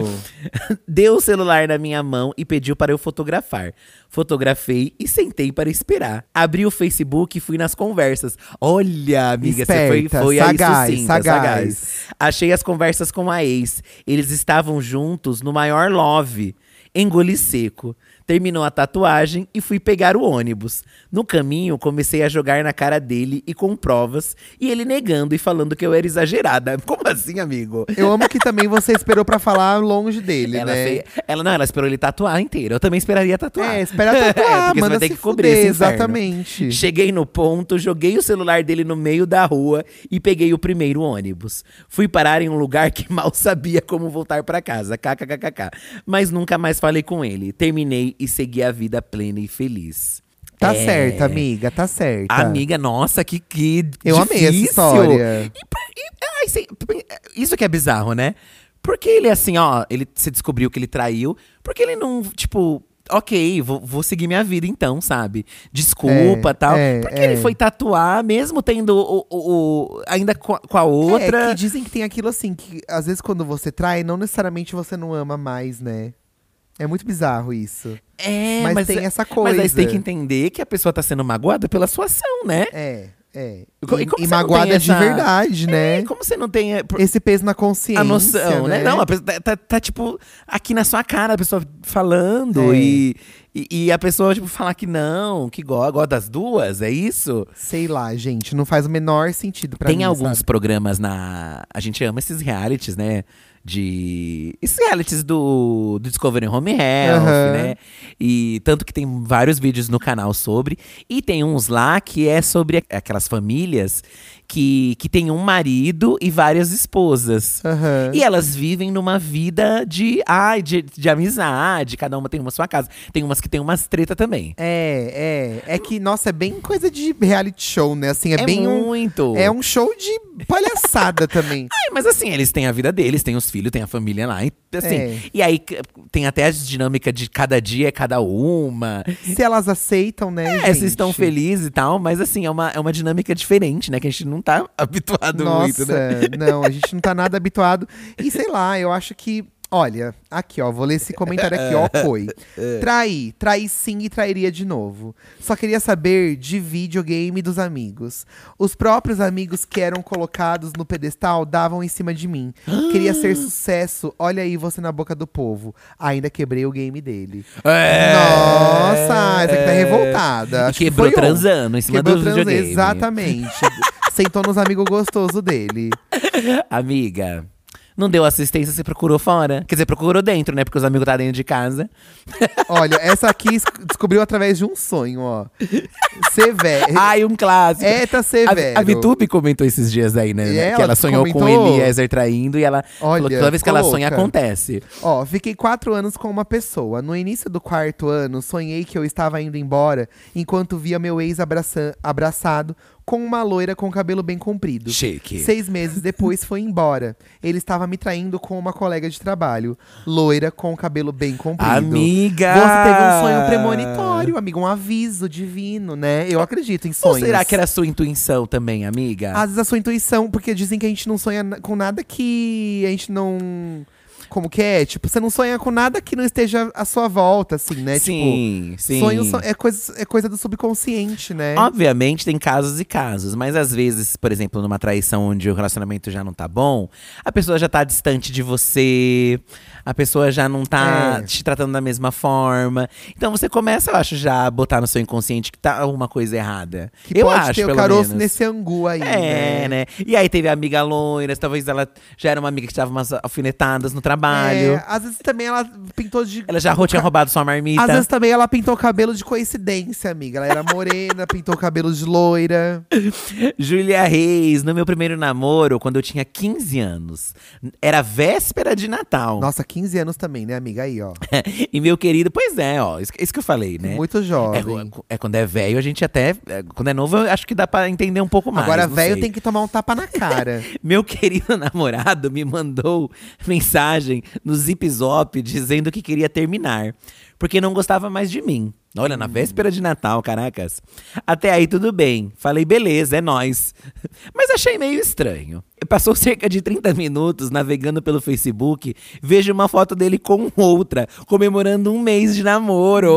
Speaker 2: Deu o celular na minha mão e pediu para eu fotografar. Fotografei e sentei para esperar. Abri o Facebook e fui nas conversas. Olha, amiga, você foi,
Speaker 1: Esperta,
Speaker 2: foi aí
Speaker 1: sagaz,
Speaker 2: sucinta,
Speaker 1: sagaz.
Speaker 2: Achei as conversas com a ex. Eles estavam juntos no maior love. Engoli seco. Terminou a tatuagem e fui pegar o ônibus. No caminho, comecei a jogar na cara dele e com provas, e ele negando e falando que eu era exagerada. Como assim, amigo?
Speaker 1: Eu amo que também você esperou pra falar longe dele,
Speaker 2: Ela,
Speaker 1: né?
Speaker 2: fe- ela não, ela esperou ele tatuar inteiro. Eu também esperaria tatuar.
Speaker 1: É, espera tatuar,
Speaker 2: porque você
Speaker 1: manda
Speaker 2: vai ter
Speaker 1: se
Speaker 2: que cobrir
Speaker 1: fuder,
Speaker 2: esse inferno.
Speaker 1: Exatamente.
Speaker 2: Cheguei no ponto, joguei o celular dele no meio da rua e peguei o primeiro ônibus. Fui parar em um lugar que mal sabia como voltar pra casa, kkkk. Mas nunca mais falei com ele. Terminei e segui a vida plena e feliz.
Speaker 1: Tá
Speaker 2: É.
Speaker 1: certa, amiga, tá certa.
Speaker 2: Amiga, nossa, que, que
Speaker 1: Eu
Speaker 2: difícil.
Speaker 1: amei essa história.
Speaker 2: E por- e- é, ai, sei- p- isso que é bizarro, né? Porque ele, assim, ó, ele se descobriu que ele traiu. Porque ele não, tipo, ok, vou, vou seguir minha vida então, sabe? Desculpa
Speaker 1: É,
Speaker 2: tal.
Speaker 1: é,
Speaker 2: porque
Speaker 1: é.
Speaker 2: ele foi tatuar, mesmo tendo o. o- o- ainda com a, com a outra.
Speaker 1: É, que dizem que tem aquilo assim, que às vezes quando você trai, não necessariamente você não ama mais, né? É muito bizarro isso.
Speaker 2: É,
Speaker 1: mas tem essa coisa.
Speaker 2: Mas aí você tem que entender que a pessoa tá sendo magoada pela sua ação, né?
Speaker 1: É, é.
Speaker 2: E co- e como
Speaker 1: e
Speaker 2: você não
Speaker 1: magoada
Speaker 2: tem essa-
Speaker 1: de verdade, né?
Speaker 2: E como você não tem. é, por-
Speaker 1: Esse peso na consciência.
Speaker 2: a noção, né?
Speaker 1: né?
Speaker 2: Não, a pessoa tá, tá- tá, tipo aqui na sua cara, a pessoa falando
Speaker 1: É.
Speaker 2: e, e, e a pessoa tipo falar que não, que gosta, gosta das duas, é isso?
Speaker 1: Sei lá, gente, não faz o menor sentido pra
Speaker 2: Tem
Speaker 1: mim.
Speaker 2: alguns
Speaker 1: sabe?
Speaker 2: programas na, a gente ama esses realities, né? De esses realities do, do Discovery Home Health,
Speaker 1: Aham.
Speaker 2: né? E tanto que tem vários vídeos no canal sobre e tem uns lá que é sobre a- aquelas famílias que que tem um marido e várias esposas.
Speaker 1: Aham.
Speaker 2: E elas vivem numa vida de, ai, de, de amizade, cada uma tem uma sua casa. Tem umas que tem umas treta também.
Speaker 1: É, é. É que, nossa, é bem coisa de reality show, né? Assim, é, bem um.
Speaker 2: muito.
Speaker 1: É um show de palhaçada também.
Speaker 2: Ai, mas assim, eles têm a vida deles, têm os filhos, têm a família lá. E, assim,
Speaker 1: É.
Speaker 2: e aí c- tem até a dinâmica de cada dia é cada uma.
Speaker 1: Se elas aceitam, né?
Speaker 2: É, vocês
Speaker 1: gente?
Speaker 2: estão felizes e tal, mas assim, é uma, é uma dinâmica diferente, né? Que a gente não tá habituado
Speaker 1: Nossa,
Speaker 2: muito, né?
Speaker 1: não, a gente não tá nada habituado. E sei lá, eu acho que. Olha, aqui ó, vou ler esse comentário aqui, ó,
Speaker 2: É.
Speaker 1: foi. Traí, traí sim e trairia de novo. Só queria saber de videogame dos amigos. Os próprios amigos que eram colocados no pedestal davam em cima de mim. Queria ser sucesso, olha aí você na boca do povo. Ainda quebrei o game dele.
Speaker 2: É.
Speaker 1: Nossa, essa aqui tá revoltada.
Speaker 2: E
Speaker 1: Acho que
Speaker 2: É.
Speaker 1: foi
Speaker 2: quebrou
Speaker 1: ontem.
Speaker 2: transando em cima
Speaker 1: Quebrou
Speaker 2: do
Speaker 1: trans-
Speaker 2: videogame.
Speaker 1: Exatamente. Sentou nos amigos gostosos dele.
Speaker 2: Amiga, não deu assistência, você procurou fora. Quer dizer, procurou dentro, né? Porque os amigos tá dentro de casa.
Speaker 1: Olha, essa aqui es- descobriu através de um sonho, ó. Severo.
Speaker 2: Ai, um clássico.
Speaker 1: Eta Severo.
Speaker 2: a, a Vitube comentou esses dias aí, né?
Speaker 1: É, E
Speaker 2: que
Speaker 1: ela
Speaker 2: ela sonhou com
Speaker 1: comentou?
Speaker 2: Eliezer traindo e ela
Speaker 1: Olha,
Speaker 2: falou que toda vez que ela
Speaker 1: ficou
Speaker 2: sonha,
Speaker 1: louca.
Speaker 2: acontece.
Speaker 1: Ó, fiquei quatro anos com uma pessoa. No início do quarto ano, sonhei que eu estava indo embora enquanto via meu ex abraça- abraçado com uma loira com cabelo bem comprido.
Speaker 2: Chique.
Speaker 1: Seis meses depois foi embora. Ele estava me traindo com uma colega de trabalho, loira com cabelo bem comprido.
Speaker 2: Amiga!
Speaker 1: Você teve um sonho premonitório, amigo, um aviso divino, né? Eu acredito em
Speaker 2: Ou
Speaker 1: sonhos. Ah,
Speaker 2: será que era sua intuição também, amiga?
Speaker 1: Às vezes a sua intuição, porque dizem que a gente não sonha na- com nada que a gente não. Como que é? Tipo, você não sonha com nada que não esteja à sua volta, assim, né?
Speaker 2: sim,
Speaker 1: tipo,
Speaker 2: sim.
Speaker 1: sonho so- é coisa, é coisa do subconsciente, né?
Speaker 2: Obviamente tem casos e casos, mas às vezes, por exemplo, numa traição onde o relacionamento já não tá bom, a pessoa já tá distante de você, a pessoa já não tá
Speaker 1: É.
Speaker 2: te tratando da mesma forma. Então você começa, eu acho, já a botar no seu inconsciente que tá alguma coisa errada.
Speaker 1: que
Speaker 2: eu
Speaker 1: pode
Speaker 2: acho,
Speaker 1: ter o
Speaker 2: pelo
Speaker 1: caroço
Speaker 2: menos.
Speaker 1: nesse angu aí.
Speaker 2: É, né? E aí teve a amiga loira, talvez ela já era uma amiga que tava umas alfinetadas no trabalho.
Speaker 1: É, às vezes também ela pintou de.
Speaker 2: Ela já tinha roubado sua marmita.
Speaker 1: Às vezes também ela pintou o cabelo de coincidência, amiga. Ela era morena, pintou o cabelo de loira.
Speaker 2: Júlia Reis, no meu primeiro namoro, quando eu tinha 15 anos. Era véspera de Natal.
Speaker 1: Nossa, 15 anos também, né, amiga? Aí, ó.
Speaker 2: e meu querido, pois é, ó, isso, isso que eu falei, né?
Speaker 1: Muito
Speaker 2: é,
Speaker 1: jovem.
Speaker 2: é- é quando é velho, a gente até. é, quando é novo, eu acho que dá pra entender um pouco mais.
Speaker 1: Agora,
Speaker 2: não
Speaker 1: velho,
Speaker 2: sei.
Speaker 1: tem que tomar um tapa na cara.
Speaker 2: Meu querido namorado me mandou mensagem no Zip Zop dizendo que queria terminar, porque não gostava mais de mim. Olha,
Speaker 1: Hum.
Speaker 2: na véspera de Natal, caracas. Até aí tudo bem. Falei, beleza, é nóis. Mas achei meio estranho. Passou cerca de 30 minutos navegando pelo Facebook, vejo uma foto dele com outra, comemorando um mês de namoro.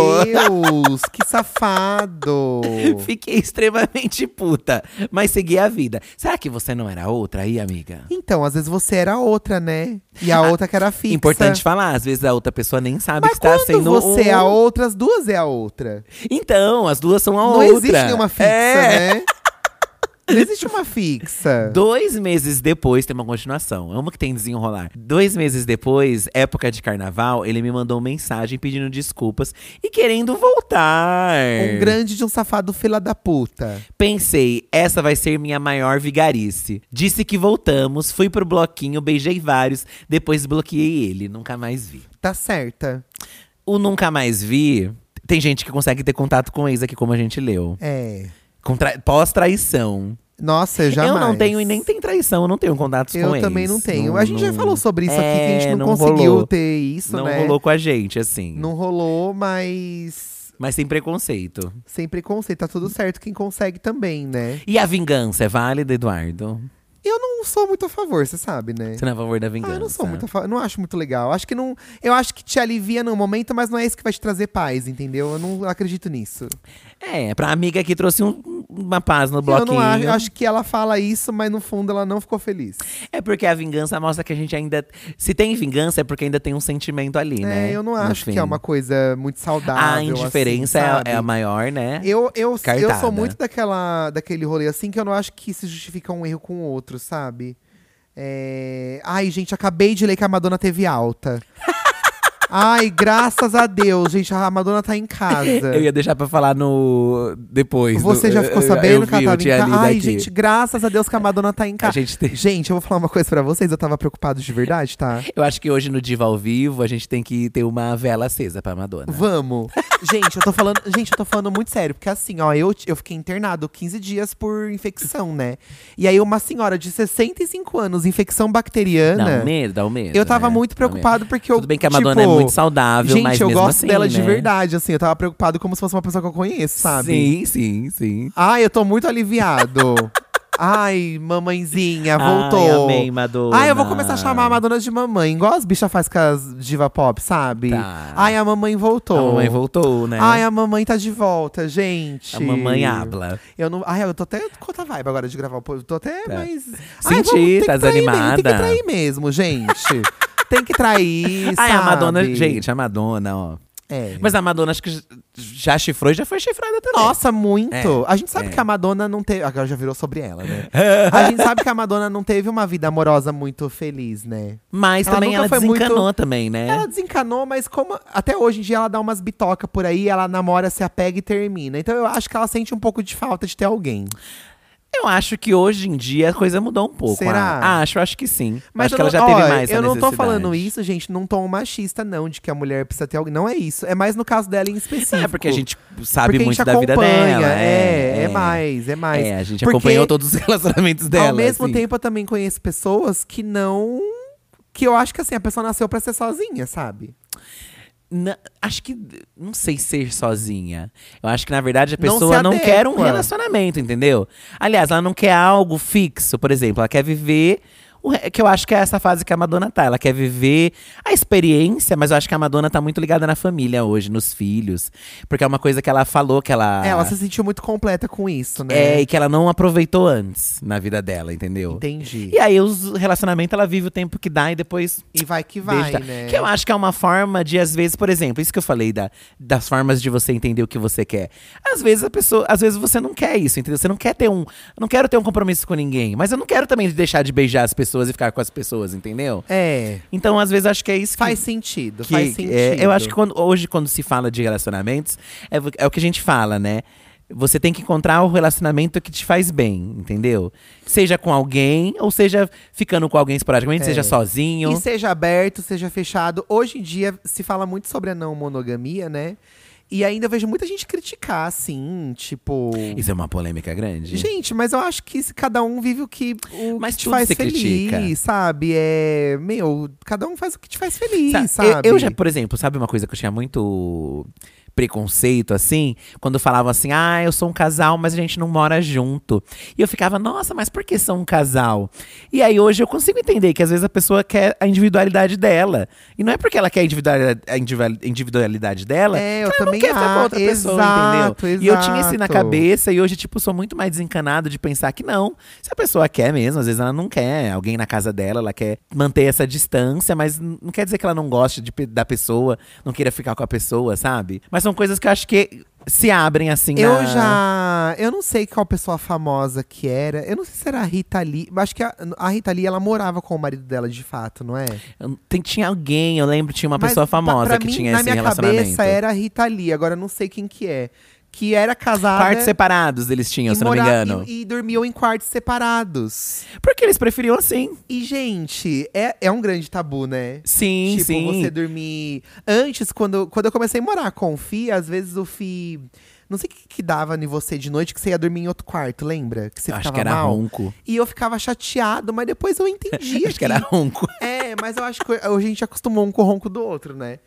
Speaker 1: Meu Deus, que safado!
Speaker 2: Fiquei extremamente puta, mas segui a vida. Será que você não era outra aí, amiga?
Speaker 1: Então, às vezes você era a outra, né? E a outra que era fixa.
Speaker 2: Importante falar, às vezes a outra pessoa nem sabe
Speaker 1: Mas
Speaker 2: Ah, que tá
Speaker 1: quando
Speaker 2: sendo
Speaker 1: você
Speaker 2: um-
Speaker 1: é a outra, as duas é a outra.
Speaker 2: Então, as duas são a
Speaker 1: não
Speaker 2: outra.
Speaker 1: existe nenhuma fixa,
Speaker 2: É.
Speaker 1: né? Não existe uma fixa.
Speaker 2: Dois meses depois tem uma continuação. Amo que tem desenrolar. Dois meses depois, época de carnaval, ele me mandou mensagem pedindo desculpas e querendo voltar.
Speaker 1: Um grande de um safado fila da puta.
Speaker 2: Pensei, essa vai ser minha maior vigarice. Disse que voltamos, fui pro bloquinho, beijei vários, depois bloqueei ele, nunca mais vi.
Speaker 1: Tá certa.
Speaker 2: O nunca mais vi, tem gente que consegue ter contato com ex aqui, como a gente leu.
Speaker 1: É.
Speaker 2: Com tra- Pós-traição.
Speaker 1: Nossa, eu jamais.
Speaker 2: Eu não tenho e nem tem traição, eu não tenho contatos com
Speaker 1: Eu
Speaker 2: ex.
Speaker 1: também não tenho.
Speaker 2: Não-
Speaker 1: a gente já
Speaker 2: não-
Speaker 1: falou sobre isso aqui, que a
Speaker 2: É,
Speaker 1: gente não,
Speaker 2: não
Speaker 1: conseguiu
Speaker 2: rolou.
Speaker 1: ter isso,
Speaker 2: não
Speaker 1: né?
Speaker 2: rolou com a gente, assim.
Speaker 1: Não rolou, mas
Speaker 2: Mas sem preconceito.
Speaker 1: sem preconceito. Tá tudo certo quem consegue também, né?
Speaker 2: E a vingança é válida, Eduardo?
Speaker 1: Eu não sou muito a favor, você sabe, né?
Speaker 2: Você não né? é a favor da vingança?
Speaker 1: Ah, eu não sou muito a favor. Não acho muito legal. Acho que não. Eu acho que te alivia no momento, mas não é isso que vai te trazer paz, entendeu? Eu não acredito nisso.
Speaker 2: É, pra amiga que trouxe um- uma paz no
Speaker 1: Eu
Speaker 2: bloquinho.
Speaker 1: não acho, eu acho que ela fala isso, mas no fundo ela não ficou feliz.
Speaker 2: É porque a vingança mostra que a gente ainda. Se tem vingança, é porque ainda tem um sentimento ali, né?
Speaker 1: É, eu não
Speaker 2: No
Speaker 1: acho que
Speaker 2: fim.
Speaker 1: é uma coisa muito saudável.
Speaker 2: A indiferença
Speaker 1: assim,
Speaker 2: é a-
Speaker 1: sabe?
Speaker 2: é, a maior, né?
Speaker 1: Eu, eu, eu
Speaker 2: Cartada.
Speaker 1: sou muito daquela, daquele rolê assim que eu não acho que se justifica um erro com o outro, sabe? É, Ai, gente, acabei de ler que a Madonna teve alta. Ai, graças a Deus, gente, a Madonna tá em casa.
Speaker 2: Eu ia deixar pra falar no. depois.
Speaker 1: Você
Speaker 2: no-
Speaker 1: já ficou
Speaker 2: eu-
Speaker 1: sabendo
Speaker 2: eu
Speaker 1: que ela
Speaker 2: vi, eu
Speaker 1: tava em
Speaker 2: tinha
Speaker 1: casa?
Speaker 2: lido
Speaker 1: Ai,
Speaker 2: aqui.
Speaker 1: gente, graças a Deus que a Madonna tá em
Speaker 2: A
Speaker 1: casa.
Speaker 2: gente tem-
Speaker 1: Gente, eu vou falar uma coisa pra vocês, eu tava preocupado de verdade, tá?
Speaker 2: Eu acho que hoje no Diva ao vivo a gente tem que ter uma vela acesa pra Madonna.
Speaker 1: Vamos. gente, eu tô falando, gente, eu tô falando muito sério, porque assim, ó, eu, eu fiquei internado 15 dias por infecção, né? E aí uma senhora de 65 anos, infecção
Speaker 2: Dá
Speaker 1: bacteriana,
Speaker 2: um medo, dá um medo.
Speaker 1: eu tava
Speaker 2: né?
Speaker 1: muito
Speaker 2: Dá um medo.
Speaker 1: preocupado porque eu
Speaker 2: Tudo bem que a Madonna
Speaker 1: tipo,
Speaker 2: é muito saudável,
Speaker 1: Gente,
Speaker 2: mas
Speaker 1: eu
Speaker 2: mesmo
Speaker 1: gosto
Speaker 2: assim,
Speaker 1: dela de
Speaker 2: né?
Speaker 1: verdade, assim, eu tava preocupado como se fosse uma pessoa que eu conheço, sabe?
Speaker 2: Sim, sim, sim.
Speaker 1: Ai, eu tô muito aliviado. Ai, mamãezinha, voltou.
Speaker 2: Ai, amei, Madonna.
Speaker 1: Ai, eu vou começar a chamar a Madonna de mamãe, igual as bichas faz com as diva pop, sabe?
Speaker 2: Tá.
Speaker 1: Ai, a mamãe
Speaker 2: A
Speaker 1: voltou.
Speaker 2: mamãe voltou, né?
Speaker 1: Ai, a mamãe tá de volta, gente.
Speaker 2: A mamãe habla.
Speaker 1: Eu não. Ai, eu tô até com outra vibe agora de gravar o podcast. Tô até
Speaker 2: Tá.
Speaker 1: mais.
Speaker 2: Senti,
Speaker 1: vamos- tem que
Speaker 2: tá
Speaker 1: trair mesmo, Tem
Speaker 2: desanimada.
Speaker 1: que trair mesmo, gente. tem que trair. sabe?
Speaker 2: Ai, a Madonna, gente, a Madonna, ó.
Speaker 1: É.
Speaker 2: Mas a Madonna acho que j- já chifrou e já foi chifrada também.
Speaker 1: Nossa, muito!
Speaker 2: É,
Speaker 1: a gente sabe
Speaker 2: é.
Speaker 1: que a Madonna não teve. Agora já virou sobre ela, né? a gente sabe que a Madonna não teve uma vida amorosa muito feliz, né?
Speaker 2: Mas
Speaker 1: Ela
Speaker 2: também
Speaker 1: nunca
Speaker 2: ela
Speaker 1: foi
Speaker 2: desencanou
Speaker 1: muito-
Speaker 2: também, né?
Speaker 1: Ela desencanou, mas como até hoje em dia ela dá umas bitocas por aí, ela namora, se apega e termina. Então eu acho que ela sente um pouco de falta de ter alguém.
Speaker 2: Eu acho que hoje em dia a coisa mudou um pouco.
Speaker 1: Será?
Speaker 2: Ah, acho, acho que sim. acho
Speaker 1: eu
Speaker 2: que ela já
Speaker 1: não-
Speaker 2: teve
Speaker 1: ó,
Speaker 2: mais essa
Speaker 1: Eu não tô
Speaker 2: necessidade.
Speaker 1: falando isso, gente, num tom machista, não, de que a mulher precisa ter alguém. Não é isso. É mais no caso dela em específico.
Speaker 2: É, porque a gente sabe
Speaker 1: tipo, Porque a
Speaker 2: muito
Speaker 1: gente
Speaker 2: da vida
Speaker 1: acompanha,
Speaker 2: dela.
Speaker 1: É, é, mais, é mais.
Speaker 2: É, a gente
Speaker 1: Porque-
Speaker 2: acompanhou todos os relacionamentos dela.
Speaker 1: Ao mesmo
Speaker 2: assim.
Speaker 1: tempo, eu também conheço pessoas que não. Que eu acho que assim, a pessoa nasceu pra ser sozinha, sabe?
Speaker 2: Na- acho que. Não sei ser sozinha. Eu acho que, na verdade, a
Speaker 1: Não se
Speaker 2: pessoa não,
Speaker 1: adequa.
Speaker 2: quer um relacionamento, entendeu? Aliás, ela não quer algo fixo, por exemplo. Ela quer viver. o re- Que eu acho que é essa fase que a Madonna tá. Ela quer viver a experiência, mas eu acho que a Madonna tá muito ligada na família hoje, nos filhos. Porque é uma coisa que ela falou que ela.
Speaker 1: É, Ela se sentiu muito completa com isso, né?
Speaker 2: Ah. É, e que ela não aproveitou antes na vida dela, entendeu?
Speaker 1: Entendi.
Speaker 2: E aí, os relacionamentos, ela vive o tempo que dá e depois
Speaker 1: E vai que vai,
Speaker 2: Deixa-
Speaker 1: né?
Speaker 2: Que eu acho que é uma forma de, às vezes, por exemplo, isso que eu falei da, das formas de você entender o que você quer. Às vezes a pessoa, às vezes você não quer isso, entendeu? Você não quer ter um. Eu não quero ter um compromisso com ninguém. Mas eu não quero também deixar de beijar as pessoas e ficar com as pessoas, entendeu?
Speaker 1: É.
Speaker 2: Então, às vezes, acho que é isso que.
Speaker 1: Faz sentido,
Speaker 2: que-
Speaker 1: faz
Speaker 2: que-
Speaker 1: sentido.
Speaker 2: é, eu acho que quando- hoje, quando se fala de relacionamentos, é, vo- é o que a gente fala, né? Você tem que encontrar o relacionamento que te faz bem, entendeu? Seja com alguém, ou seja ficando com alguém esporadicamente,
Speaker 1: É.
Speaker 2: seja sozinho.
Speaker 1: E seja aberto, seja fechado. Hoje em dia se fala muito sobre a não monogamia, né? E ainda vejo muita gente criticar, assim, tipo.
Speaker 2: Isso é uma polêmica grande.
Speaker 1: Gente, mas eu acho que se cada um vive o que, o
Speaker 2: Mas
Speaker 1: que te
Speaker 2: tudo
Speaker 1: faz
Speaker 2: se
Speaker 1: feliz,
Speaker 2: critica.
Speaker 1: sabe? É. Meu, cada um faz o que te faz feliz,
Speaker 2: Sa- eu-
Speaker 1: sabe?
Speaker 2: Eu, já, por exemplo, sabe uma coisa que eu tinha muito preconceito, assim? Quando falavam assim, ah, eu sou um casal, mas a gente não mora junto. E eu ficava, nossa, mas por que são um casal? E aí hoje eu consigo entender que às vezes a pessoa quer a individualidade dela. E não é porque ela quer a individualidade, a individual- individualidade dela
Speaker 1: É, eu
Speaker 2: que ela
Speaker 1: também
Speaker 2: quer ficar com
Speaker 1: há.
Speaker 2: outra pessoa,
Speaker 1: Exato,
Speaker 2: entendeu? E eu tinha isso na
Speaker 1: exato.
Speaker 2: cabeça e hoje, tipo, sou muito mais desencanado de pensar que não. Se a pessoa quer mesmo, às vezes ela não quer alguém na casa dela, ela quer manter essa distância, mas n- não quer dizer que ela não goste de pe- da pessoa, não queira ficar com a pessoa, sabe? Mas são coisas que eu acho que se abrem assim na-
Speaker 1: Eu já. Eu não sei qual pessoa famosa que era. Eu não sei se era a Rita Lee. mas Acho que a, a Rita Lee ela morava com o marido dela de fato, não é?
Speaker 2: Eu- tem- tinha alguém, eu lembro, tinha uma
Speaker 1: Mas
Speaker 2: pessoa
Speaker 1: pra-
Speaker 2: famosa
Speaker 1: pra
Speaker 2: que
Speaker 1: mim,
Speaker 2: tinha
Speaker 1: na
Speaker 2: esse
Speaker 1: minha
Speaker 2: relacionamento.
Speaker 1: cabeça era a Rita Lee, agora eu não sei quem que é. Que era casada.
Speaker 2: Quartos separados eles tinham,
Speaker 1: e
Speaker 2: se não me
Speaker 1: morava-
Speaker 2: engano.
Speaker 1: E, e dormiam em quartos separados.
Speaker 2: Porque eles preferiam assim.
Speaker 1: E, gente, é, é um grande tabu, né?
Speaker 2: Sim,
Speaker 1: tipo,
Speaker 2: sim.
Speaker 1: você dormir. Antes, quando, quando eu comecei a morar com o Fi, às vezes o Fi. Não sei o que, que dava em você de noite que você ia dormir em outro quarto, lembra? Que você
Speaker 2: Eu acho
Speaker 1: ficava
Speaker 2: que era
Speaker 1: mal.
Speaker 2: ronco.
Speaker 1: E eu ficava chateado, mas depois eu entendia.
Speaker 2: Acho que era ronco.
Speaker 1: É, mas eu acho que a gente acostumou um com o ronco do outro, né?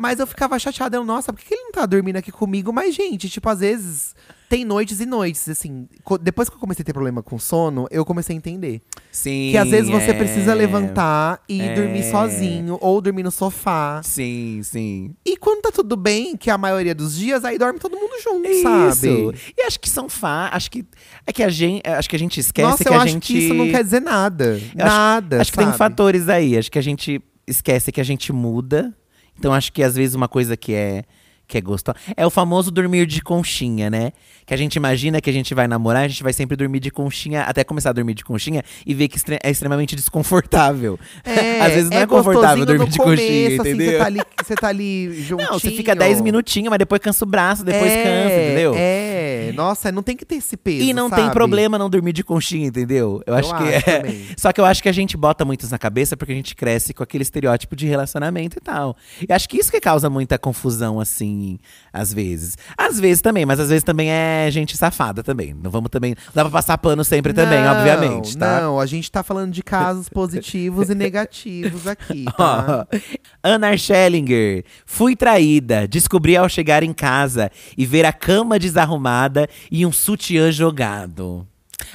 Speaker 1: Mas eu ficava chateada, eu, nossa, por que que ele não tá dormindo aqui comigo? Mas, gente, tipo, às vezes tem noites e noites, assim. co- Depois que eu comecei a ter problema com sono, eu comecei a entender.
Speaker 2: Sim.
Speaker 1: Que às vezes você
Speaker 2: é.
Speaker 1: precisa levantar e
Speaker 2: É.
Speaker 1: dormir sozinho, ou dormir no sofá.
Speaker 2: Sim, sim.
Speaker 1: E quando tá tudo bem, que é a maioria dos dias, aí dorme todo mundo junto, sabe?
Speaker 2: Isso. E acho que são fa, acho que é que a gente, acho que a gente esquece
Speaker 1: Nossa,
Speaker 2: que
Speaker 1: eu
Speaker 2: a
Speaker 1: acho
Speaker 2: gente
Speaker 1: que isso não quer dizer nada.
Speaker 2: Eu acho-
Speaker 1: nada.
Speaker 2: Acho que tem um
Speaker 1: sabe?
Speaker 2: fatores aí, acho que a gente esquece que a gente muda. Então acho que às vezes uma coisa que é que é gostosa é o famoso dormir de conchinha, né? Que a gente imagina que a gente vai namorar, a gente vai sempre dormir de conchinha até começar a dormir de conchinha e ver que extre- é extremamente desconfortável. às vezes não é, confortável
Speaker 1: gostosinho
Speaker 2: dormir
Speaker 1: no
Speaker 2: de
Speaker 1: começo,
Speaker 2: conchinha,
Speaker 1: assim,
Speaker 2: entendeu?
Speaker 1: Você tá ali, você tá ali juntinho.
Speaker 2: Não, você fica 10 minutinhos, mas depois cansa o braço, depois
Speaker 1: É,
Speaker 2: cansa, entendeu?
Speaker 1: É, nossa, não tem que ter esse peso,
Speaker 2: E não tem
Speaker 1: sabe?
Speaker 2: problema não dormir de conchinha, entendeu? Eu acho que
Speaker 1: acho
Speaker 2: é.
Speaker 1: também.
Speaker 2: Só que eu acho que a gente bota muito isso na cabeça porque a gente cresce com aquele estereótipo de relacionamento e tal. E acho que isso que causa muita confusão, assim, às vezes. Às vezes também, mas às vezes também é gente safada também. Não vamos também. Não dá pra passar pano sempre também,
Speaker 1: Não,
Speaker 2: obviamente, tá?
Speaker 1: Não, a gente tá falando de casos positivos e negativos aqui, tá?
Speaker 2: Ó, Ana Schellinger, fui traída. Descobri ao chegar em casa e ver a cama desarrumada e um sutiã jogado.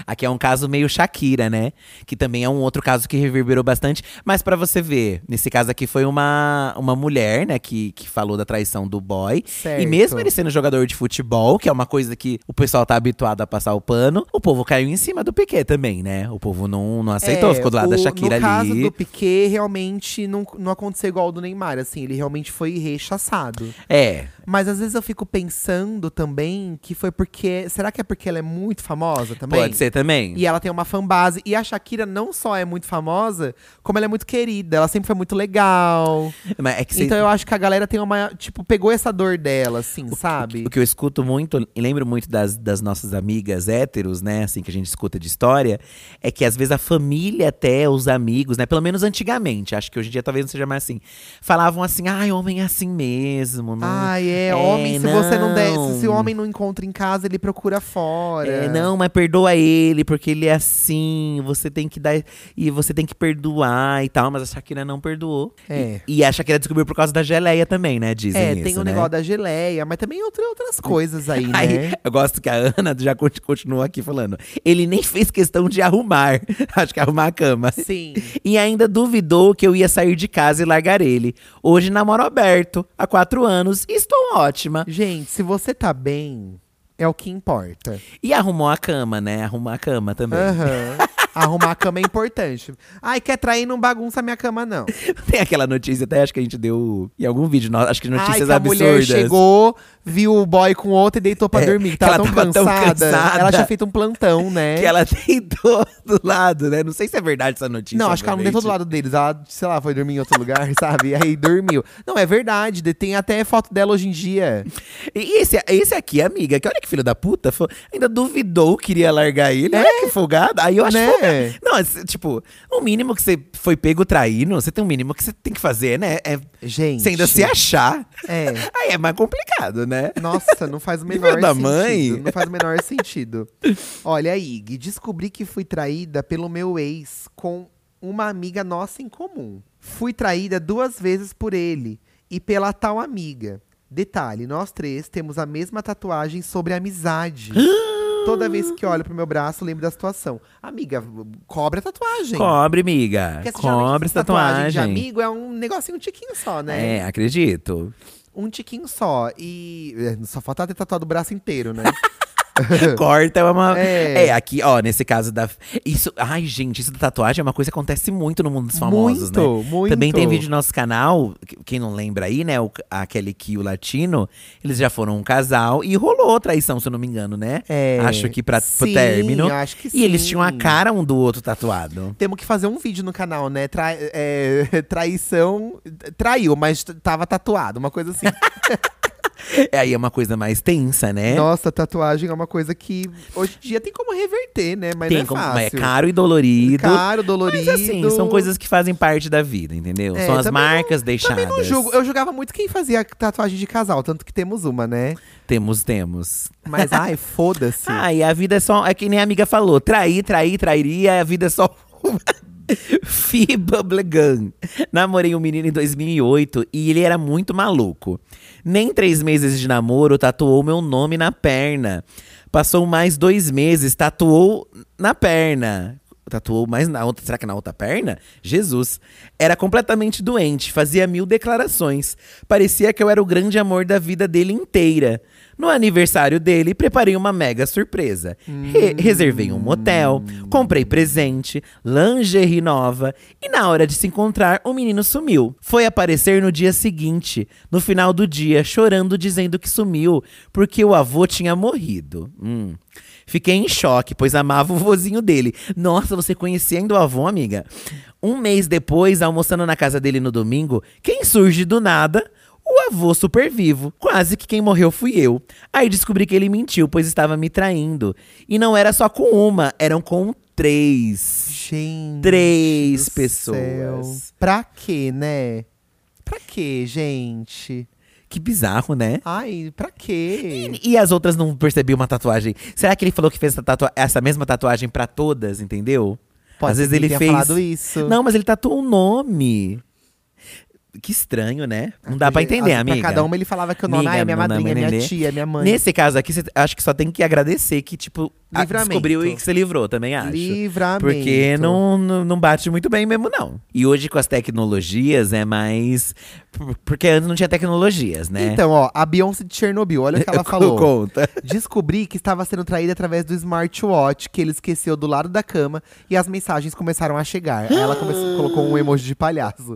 Speaker 2: Aqui é um caso meio Shakira, né? Que também é um outro caso que reverberou bastante. Mas pra você ver, nesse caso aqui foi uma, uma mulher, né? Que, que falou da traição do boy. E
Speaker 1: Certo.
Speaker 2: mesmo ele sendo jogador de futebol, que é uma coisa que o pessoal tá habituado a passar o pano, o povo caiu em cima do Piquet também, né? O povo não, não aceitou,
Speaker 1: É,
Speaker 2: ficou do lado da
Speaker 1: o-
Speaker 2: Shakira
Speaker 1: no
Speaker 2: ali.
Speaker 1: caso do Piquet, realmente não, não aconteceu igual ao do Neymar, assim. Ele realmente foi rechaçado.
Speaker 2: É,
Speaker 1: Mas às vezes eu fico pensando também que foi porque… Será que é porque ela é muito famosa também?
Speaker 2: Pode ser também.
Speaker 1: E ela tem uma fanbase. E a Shakira não só é muito famosa, como ela é muito querida. Ela sempre foi muito legal.
Speaker 2: Mas é que cê-
Speaker 1: Então eu acho que a galera tem uma. Tipo, pegou essa dor dela, assim,
Speaker 2: o
Speaker 1: sabe?
Speaker 2: que eu escuto muito, e lembro muito das, das nossas amigas héteros, né? Assim, que a gente escuta de história, é que às vezes a família, até os amigos, né? Pelo menos antigamente, acho que hoje em dia talvez não seja mais assim. Falavam assim, ai, homem é assim mesmo. Não,
Speaker 1: Ai, é,
Speaker 2: É,
Speaker 1: homem, se você não der.
Speaker 2: não.
Speaker 1: Se, se o homem não encontra em casa, ele procura fora.
Speaker 2: É, não, mas perdoa ele, porque ele é assim, você tem que dar. E você tem que perdoar e tal, mas a Shakira não perdoou.
Speaker 1: É.
Speaker 2: E, e a Shakira descobriu por causa da geleia também, né? Dizem
Speaker 1: É,
Speaker 2: isso,
Speaker 1: tem o
Speaker 2: né?
Speaker 1: negócio da geleia, mas também outra- outras coisas aí, né?
Speaker 2: Aí, eu gosto que a Ana já conti- continuou aqui falando. Ele nem fez questão de arrumar. Acho que arrumar a cama.
Speaker 1: Sim.
Speaker 2: E ainda duvidou que eu ia sair de casa e largar ele. Hoje namoro aberto, há quatro anos, e estou ótima.
Speaker 1: Gente, se você tá bem, é o que importa.
Speaker 2: E arrumou a cama, né? Arrumar a cama também.
Speaker 1: Aham. Arrumar a cama é importante. Ai, quer trair, não bagunça a minha cama, não.
Speaker 2: Tem aquela notícia, até acho que a gente deu em algum vídeo, no- acho que
Speaker 1: Ai,
Speaker 2: notícias
Speaker 1: que a
Speaker 2: absurdas.
Speaker 1: mulher chegou, viu o boy com outro e deitou pra
Speaker 2: É,
Speaker 1: dormir. que
Speaker 2: que
Speaker 1: Tava,
Speaker 2: ela
Speaker 1: tão,
Speaker 2: tava tão
Speaker 1: cansada.
Speaker 2: cansada.
Speaker 1: Ela tinha feito um plantão, né?
Speaker 2: Que ela deitou do lado, né? Não sei se é verdade essa notícia.
Speaker 1: Não, acho que ela não deitou do
Speaker 2: obviamente.
Speaker 1: lado deles. Ela, sei lá, foi dormir em outro lugar, sabe? E aí dormiu. Não, é verdade. de- Tem até foto dela hoje em dia.
Speaker 2: E esse, esse aqui, amiga, que olha que filho da puta, fo- ainda duvidou que iria largar ele. Olha que folgado. Aí eu acho
Speaker 1: É. Né?
Speaker 2: folgado. Não, esse, tipo, o mínimo que você foi pego traindo, você tem um mínimo que você tem que fazer, né? É
Speaker 1: Gente.
Speaker 2: você ainda se achar.
Speaker 1: É.
Speaker 2: Aí é mais complicado, né?
Speaker 1: Nossa, não faz o menor
Speaker 2: Nível da
Speaker 1: sentido.
Speaker 2: mãe.
Speaker 1: Não faz o menor sentido. Olha aí, Gui, descobri que fui traída pelo meu ex com uma amiga nossa em comum. Fui traída duas vezes por ele e pela tal amiga. Detalhe, nós três temos a mesma tatuagem sobre amizade. Toda vez que olho pro meu braço, lembro da situação. Amiga, cobra a tatuagem.
Speaker 2: Cobre, amiga.
Speaker 1: Porque, assim, geralmente,
Speaker 2: Cobre essa
Speaker 1: tatuagem
Speaker 2: tatuagem.
Speaker 1: de amigo é um negocinho tiquinho só, né?
Speaker 2: É, acredito.
Speaker 1: um tiquinho só. E é, só falta ter tatuado o braço inteiro, né?
Speaker 2: Corta é uma.
Speaker 1: É.
Speaker 2: É. aqui, ó, nesse caso da. Isso. Ai, gente, isso da tatuagem é uma coisa que acontece muito no mundo dos famosos, né?
Speaker 1: muito, muito.
Speaker 2: Também tem vídeo no nosso canal, que- quem não lembra aí, né? O, aquele que o latino, eles já foram um casal e rolou traição, se eu não me engano, né?
Speaker 1: É.
Speaker 2: Acho que pra, pro
Speaker 1: Sim,
Speaker 2: término.
Speaker 1: acho que
Speaker 2: e eles
Speaker 1: sim.
Speaker 2: tinham a cara um do outro tatuado.
Speaker 1: Temos que fazer um vídeo no canal, né? Trai- é, traição. Traiu, mas t- tava tatuado, uma coisa assim.
Speaker 2: É, aí é uma coisa mais tensa, né?
Speaker 1: Nossa, tatuagem é uma coisa que hoje em dia tem como reverter, né? Mas
Speaker 2: tem
Speaker 1: não é
Speaker 2: como,
Speaker 1: fácil.
Speaker 2: mas é caro e dolorido.
Speaker 1: Caro, dolorido.
Speaker 2: Mas assim, são coisas que fazem parte da vida, entendeu?
Speaker 1: É,
Speaker 2: são as
Speaker 1: também não-
Speaker 2: marcas deixadas.
Speaker 1: Também não julgo. Eu julgava muito quem fazia tatuagem de casal, tanto que temos uma, né?
Speaker 2: Temos, temos.
Speaker 1: Mas ai, foda-se.
Speaker 2: Ah, e a vida é só. É que nem a amiga falou: trair, trair, trairia, a vida é só. uma. Fiba Blegan. Namorei um menino em 2008 e ele era muito maluco. Nem três meses de namoro, tatuou meu nome na perna. Passou mais dois meses, tatuou na perna. Tatuou mais na outra. Será que na outra perna? Jesus. Era completamente doente, fazia mil declarações. Parecia que eu era o grande amor da vida dele inteira. No aniversário dele, preparei uma mega surpresa. Re- reservei um motel, comprei presente, lingerie nova e na hora de se encontrar, o menino sumiu. Foi aparecer no dia seguinte, no final do dia, chorando dizendo que sumiu porque o avô tinha morrido. Hum. Fiquei em choque, pois amava o vozinho dele. Nossa, você conhecia ainda o avô, amiga? Um mês depois, almoçando na casa dele no domingo, quem surge do nada? O avô super vivo. Quase que quem morreu fui eu. Aí descobri que ele mentiu, pois estava me traindo. E não era só com uma, eram com três.
Speaker 1: Gente.
Speaker 2: Três
Speaker 1: do
Speaker 2: pessoas.
Speaker 1: céu. Pra quê, né? Pra quê, gente?
Speaker 2: Que bizarro, né?
Speaker 1: Ai, pra quê?
Speaker 2: E as outras não percebiam uma tatuagem. Será que ele falou que fez essa, tatua- essa mesma tatuagem pra todas, entendeu?
Speaker 1: Pode
Speaker 2: Às
Speaker 1: ser
Speaker 2: vezes
Speaker 1: que
Speaker 2: ele
Speaker 1: tenha
Speaker 2: fez.
Speaker 1: falado isso.
Speaker 2: Não, mas ele tatuou um nome. Que estranho, né? Não dá pra entender,
Speaker 1: As-
Speaker 2: amiga.
Speaker 1: assim, Pra cada uma ele falava que o nome
Speaker 2: Amiga,
Speaker 1: ah, é minha
Speaker 2: meu nome
Speaker 1: madrinha,
Speaker 2: é
Speaker 1: minha
Speaker 2: Nenê.
Speaker 1: tia, minha mãe.
Speaker 2: Nesse caso aqui, cê- acho que só tem que agradecer que, tipo, a-
Speaker 1: Livramento.
Speaker 2: descobriu e que se livrou, também acho.
Speaker 1: Livramento.
Speaker 2: Porque não, não, não bate muito bem mesmo, não. E hoje, com as tecnologias, é mais. por- Porque antes não tinha tecnologias, né? É
Speaker 1: Então, ó, a Beyoncé de Chernobyl, olha o que ela falou.
Speaker 2: Conta.
Speaker 1: Descobri que estava sendo traída através do smartwatch que ele esqueceu do lado da cama e as mensagens começaram a chegar. Aí ela começou- colocou um emoji de palhaço.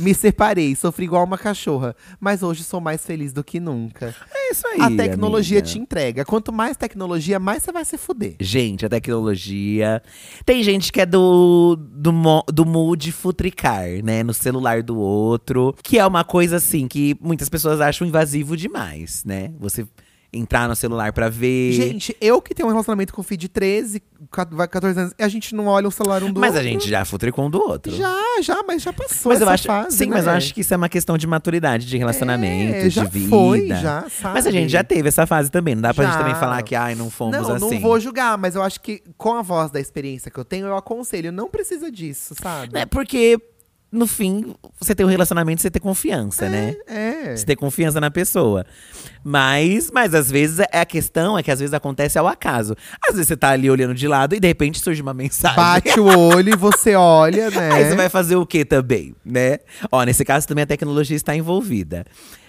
Speaker 1: Me separei, sofri igual uma cachorra, mas hoje sou mais feliz do que nunca.
Speaker 2: É isso aí.
Speaker 1: A tecnologia
Speaker 2: amiga.
Speaker 1: te entrega. Quanto mais tecnologia, mais você vai se fuder.
Speaker 2: Gente, a tecnologia. Tem gente que é do, do, mo- do mood futricar, né? No celular do outro. Que é uma coisa assim que muitas pessoas acham invasivo demais, né? Você entrar no celular pra ver.
Speaker 1: Gente, eu que tenho um relacionamento com o Fih de 13, 14 anos, a gente não olha o celular um do
Speaker 2: mas a
Speaker 1: outro.
Speaker 2: gente já futricou um do outro.
Speaker 1: Já, já, mas já passou
Speaker 2: Mas eu
Speaker 1: essa
Speaker 2: acho,
Speaker 1: fase,
Speaker 2: sim,
Speaker 1: né? É,
Speaker 2: mas eu acho que isso é uma questão de maturidade, de relacionamento,
Speaker 1: já
Speaker 2: de vida.
Speaker 1: foi, já, sabe?
Speaker 2: Mas a gente já teve essa fase também. Não dá pra
Speaker 1: Já.
Speaker 2: gente também falar que, ai, não fomos
Speaker 1: não,
Speaker 2: assim.
Speaker 1: não vou julgar, mas eu acho que com a voz da experiência que eu tenho, eu aconselho. Não precisa disso, sabe?
Speaker 2: É porque, no fim, você tem um relacionamento, você tem confiança, né?
Speaker 1: É.
Speaker 2: Você ter confiança na pessoa. Mas, mas às vezes é- a questão é que às vezes acontece ao acaso. Às vezes você tá ali olhando de lado e de repente surge uma mensagem.
Speaker 1: Bate o olho e você olha, né?
Speaker 2: Aí você vai fazer o que também, né? Ó, nesse caso também a tecnologia está envolvida.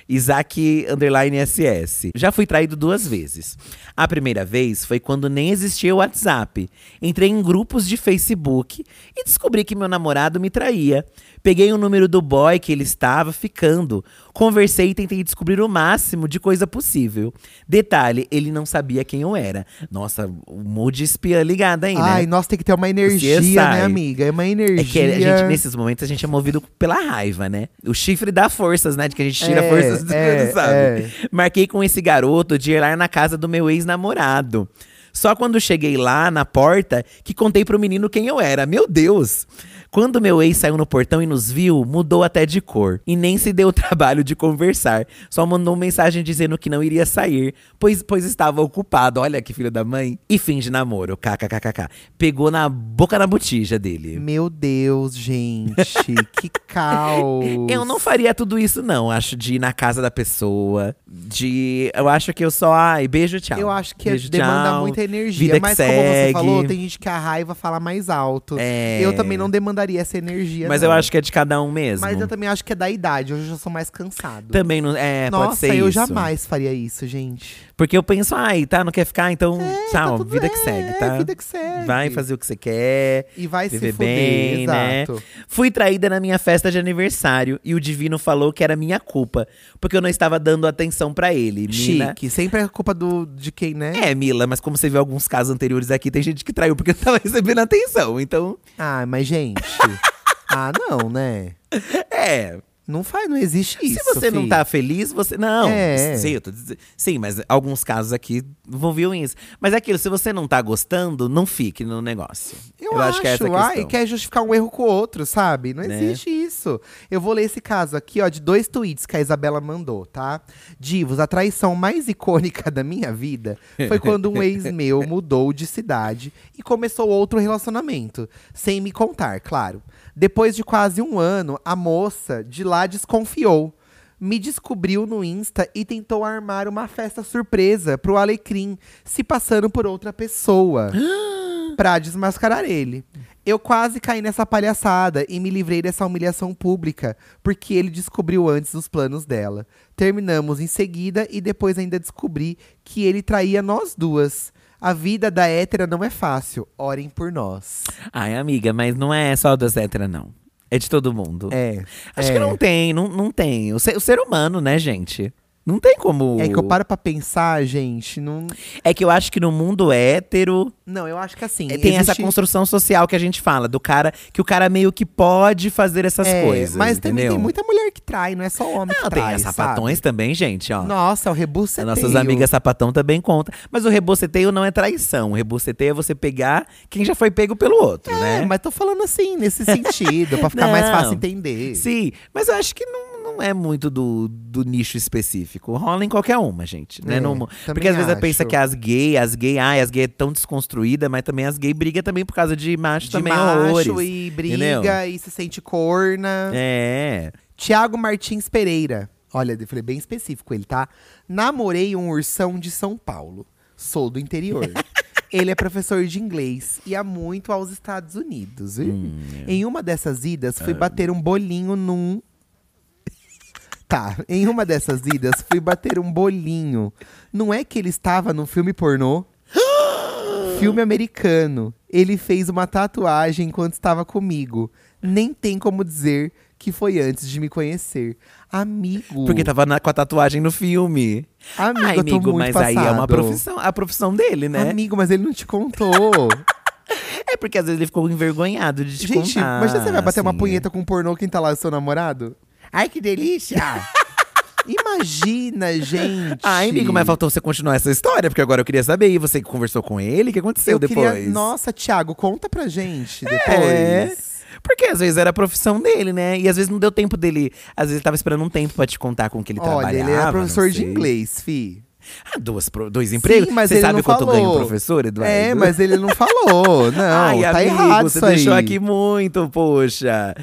Speaker 2: Isaac underline SS. Já fui traído duas vezes. A primeira vez foi quando nem existia o WhatsApp. Entrei em grupos de Facebook e descobri que meu namorado me traía. Peguei o número do boy que ele estava ficando. Conversei e tentei descobrir o máximo de coisa possível. Detalhe, ele não sabia quem eu era. Nossa, o mood espiã ligado aí, né?
Speaker 1: Ai, nossa, tem que ter uma energia, né,
Speaker 2: CSI.
Speaker 1: amiga? É uma energia.
Speaker 2: É que a gente, nesses momentos, a gente é movido pela raiva, né? O chifre dá forças, né? De que a gente tira
Speaker 1: É,
Speaker 2: forças do
Speaker 1: é,
Speaker 2: sabe?
Speaker 1: é.
Speaker 2: Marquei com esse garoto de ir lá na casa do meu ex-namorado. Só quando cheguei lá, na porta, que contei pro menino quem eu era. Meu Deus! Quando meu ex saiu no portão e nos viu, mudou até de cor. E nem se deu o trabalho de conversar. Só mandou uma mensagem dizendo que não iria sair, pois, pois estava ocupado. Olha que filho da mãe. E fim de namoro, kkkk. Pegou na boca na botija dele.
Speaker 1: Meu Deus, gente, que caos.
Speaker 2: Eu não faria tudo isso, não. Acho de ir na casa da pessoa. De. Eu acho que eu só. Ai, beijo, tchau.
Speaker 1: Eu acho que
Speaker 2: beijo,
Speaker 1: demanda
Speaker 2: tchau.
Speaker 1: muita energia.
Speaker 2: vida que
Speaker 1: mas como você
Speaker 2: segue.
Speaker 1: falou, tem gente que a raiva fala mais alto.
Speaker 2: É.
Speaker 1: Eu também não mandaria essa energia.
Speaker 2: Mas
Speaker 1: não.
Speaker 2: eu acho que é de cada um mesmo.
Speaker 1: Mas eu também acho que é da idade. Hoje eu já sou mais cansado.
Speaker 2: Também não. É,
Speaker 1: Nossa,
Speaker 2: pode ser
Speaker 1: eu
Speaker 2: isso.
Speaker 1: jamais faria isso, gente.
Speaker 2: Porque eu penso, ai, tá, não quer ficar, então tchau,
Speaker 1: tá tudo-
Speaker 2: vida
Speaker 1: é,
Speaker 2: que segue, tá?
Speaker 1: Vida que segue.
Speaker 2: Vai fazer o que você quer.
Speaker 1: E vai se
Speaker 2: viver
Speaker 1: fuder,
Speaker 2: bem, né?
Speaker 1: exato.
Speaker 2: Fui traída na minha festa de aniversário e o divino falou que era minha culpa, porque eu não estava dando atenção pra ele. Mina,
Speaker 1: Chique. Sempre é culpa do, de quem, né?
Speaker 2: É, Mila, mas como você viu alguns casos anteriores aqui, tem gente que traiu porque não tava recebendo atenção. Então,
Speaker 1: Ah, mas gente. ah, não, né?
Speaker 2: é.
Speaker 1: Não faz, não existe isso.
Speaker 2: se você não
Speaker 1: fi.
Speaker 2: tá feliz, você. Não,
Speaker 1: É.
Speaker 2: sim, eu tô dizendo- sim, mas alguns casos aqui envolviam isso. Mas é aquilo, se você não tá gostando, não fique no negócio.
Speaker 1: Eu, acho,
Speaker 2: que é essa a
Speaker 1: ai,
Speaker 2: questão.
Speaker 1: quer justificar um erro com o outro, sabe? Não
Speaker 2: Né?
Speaker 1: existe isso. Eu vou ler esse caso aqui, ó, de dois tweets que a Isabela mandou, tá? Divos, a traição mais icônica da minha vida foi quando um ex meu mudou de cidade e começou outro relacionamento, sem me contar, claro. Depois de quase um ano, a moça de lá desconfiou. Me descobriu no Insta e tentou armar uma festa surpresa pro Alecrim, se passando por outra pessoa pra desmascarar ele. Eu quase caí nessa palhaçada e me livrei dessa humilhação pública, porque ele descobriu antes os planos dela. Terminamos em seguida e depois ainda descobri que ele traía nós duas. A vida da hétera não é fácil, orem por nós.
Speaker 2: Ai, amiga, mas não é só das héteras, não. É de todo mundo.
Speaker 1: É.
Speaker 2: Acho
Speaker 1: é.
Speaker 2: que não tem, não, não tem. O ser, o ser humano, né, gente? Não tem como.
Speaker 1: É que eu paro pra pensar, gente. Não,
Speaker 2: É que eu acho que no mundo hétero.
Speaker 1: não eu acho que assim.
Speaker 2: É, tem essa
Speaker 1: existe-
Speaker 2: construção social que a gente fala, do cara que o cara meio que pode fazer essas
Speaker 1: É,
Speaker 2: coisas.
Speaker 1: Mas
Speaker 2: entendeu?
Speaker 1: também tem muita mulher que trai, não é só homem
Speaker 2: Não,
Speaker 1: que
Speaker 2: tem
Speaker 1: trai.
Speaker 2: as
Speaker 1: sabe?
Speaker 2: sapatões também, gente, ó.
Speaker 1: Nossa, o é
Speaker 2: As
Speaker 1: rebuceteio.
Speaker 2: nossas amigas sapatão também conta. Mas o reboceteio não é traição. O reboceteio é você pegar quem já foi pego pelo outro,
Speaker 1: É,
Speaker 2: né?
Speaker 1: mas tô falando assim, nesse sentido, pra ficar mais
Speaker 2: Não.
Speaker 1: fácil entender.
Speaker 2: Sim, mas eu acho que não, não é muito do, do nicho específico. Rola em qualquer uma, gente. Né?
Speaker 1: É,
Speaker 2: Não-
Speaker 1: também
Speaker 2: porque às vezes
Speaker 1: acho.
Speaker 2: eu pensa que as gay, as gay, ai, as gay é tão desconstruída, mas também as gay briga também por causa de macho
Speaker 1: De
Speaker 2: também
Speaker 1: macho
Speaker 2: horrores.
Speaker 1: e briga
Speaker 2: entendeu?
Speaker 1: e se sente corna.
Speaker 2: É.
Speaker 1: Tiago Martins Pereira. Olha, eu falei bem específico ele, tá? Namorei um ursão de São Paulo. Sou do interior. ele é professor de inglês e há muito aos Estados Unidos. viu?
Speaker 2: Hum.
Speaker 1: Em uma dessas idas,
Speaker 2: Ah.
Speaker 1: fui bater um bolinho num. Tá, em uma dessas idas, fui bater um bolinho. Não é que ele estava no filme pornô? Filme americano. Ele fez uma tatuagem enquanto estava comigo. Nem tem como dizer que foi antes de me conhecer. Amigo.
Speaker 2: Porque tá, tava na- com a tatuagem no filme.
Speaker 1: Amigo,
Speaker 2: Ai,
Speaker 1: eu tô muito
Speaker 2: mas aí é uma
Speaker 1: passado.
Speaker 2: profissão, a profissão dele, né?
Speaker 1: Amigo, mas ele não te contou.
Speaker 2: É porque às vezes ele ficou envergonhado de te
Speaker 1: Gente,
Speaker 2: contar.
Speaker 1: imagina você vai bater uma
Speaker 2: assim.
Speaker 1: punheta com um pornô quem tá lá, seu namorado? Ai, que delícia! imagina, gente.
Speaker 2: Ai, amigo, mas faltou você continuar essa história, porque agora eu queria saber. E você conversou com ele? O que aconteceu
Speaker 1: eu
Speaker 2: depois?
Speaker 1: queria. Nossa, Thiago, conta pra gente depois.
Speaker 2: É. Porque às vezes era a profissão dele, né? E às vezes não deu tempo dele. Às vezes ele tava esperando um tempo pra te contar com o que ele
Speaker 1: Olha,
Speaker 2: trabalhava.
Speaker 1: ele era
Speaker 2: não
Speaker 1: professor de
Speaker 2: sei.
Speaker 1: inglês, fi.
Speaker 2: Ah, duas, pro- dois empregos?
Speaker 1: Sim, mas
Speaker 2: você
Speaker 1: ele
Speaker 2: sabe
Speaker 1: não
Speaker 2: quanto
Speaker 1: falou.
Speaker 2: ganha um professor, Eduardo?
Speaker 1: É, mas ele não falou. Não,
Speaker 2: Ai,
Speaker 1: tá
Speaker 2: amigo,
Speaker 1: errado
Speaker 2: você
Speaker 1: isso
Speaker 2: deixou
Speaker 1: aí.
Speaker 2: aqui muito, poxa.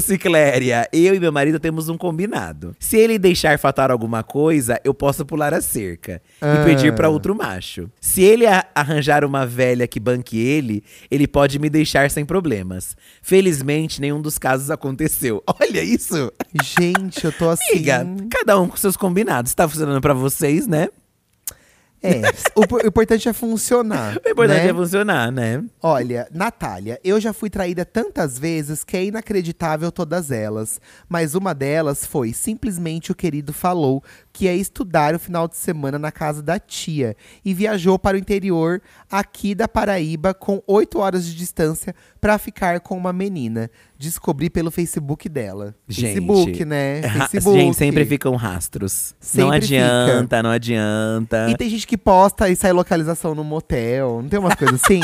Speaker 2: Jocicléria, eu e meu marido temos um combinado. Se ele deixar faltar alguma coisa, eu posso pular a cerca
Speaker 1: Ah.
Speaker 2: e pedir pra outro macho. Se ele a- arranjar uma velha que banque ele, ele pode me deixar sem problemas. Felizmente, nenhum dos casos aconteceu. Olha isso!
Speaker 1: Gente, eu tô assim.
Speaker 2: Amiga, cada um com seus combinados. Tá funcionando pra vocês, né?
Speaker 1: É, o, por- o importante é funcionar.
Speaker 2: O importante
Speaker 1: né?
Speaker 2: é funcionar, né?
Speaker 1: Olha, Natália, eu já fui traída tantas vezes que é inacreditável todas elas. Mas uma delas foi simplesmente o querido falou que ia estudar o final de semana na casa da tia e viajou para o interior aqui da Paraíba com 8 horas de distância para ficar com uma menina. Descobri pelo Facebook dela.
Speaker 2: Gente,
Speaker 1: Facebook, né?
Speaker 2: É Ra-
Speaker 1: Facebook.
Speaker 2: Gente, sempre ficam rastros. não
Speaker 1: Sempre
Speaker 2: adianta, não adianta.
Speaker 1: E tem gente que posta e sai localização no motel. Não tem umas coisas assim?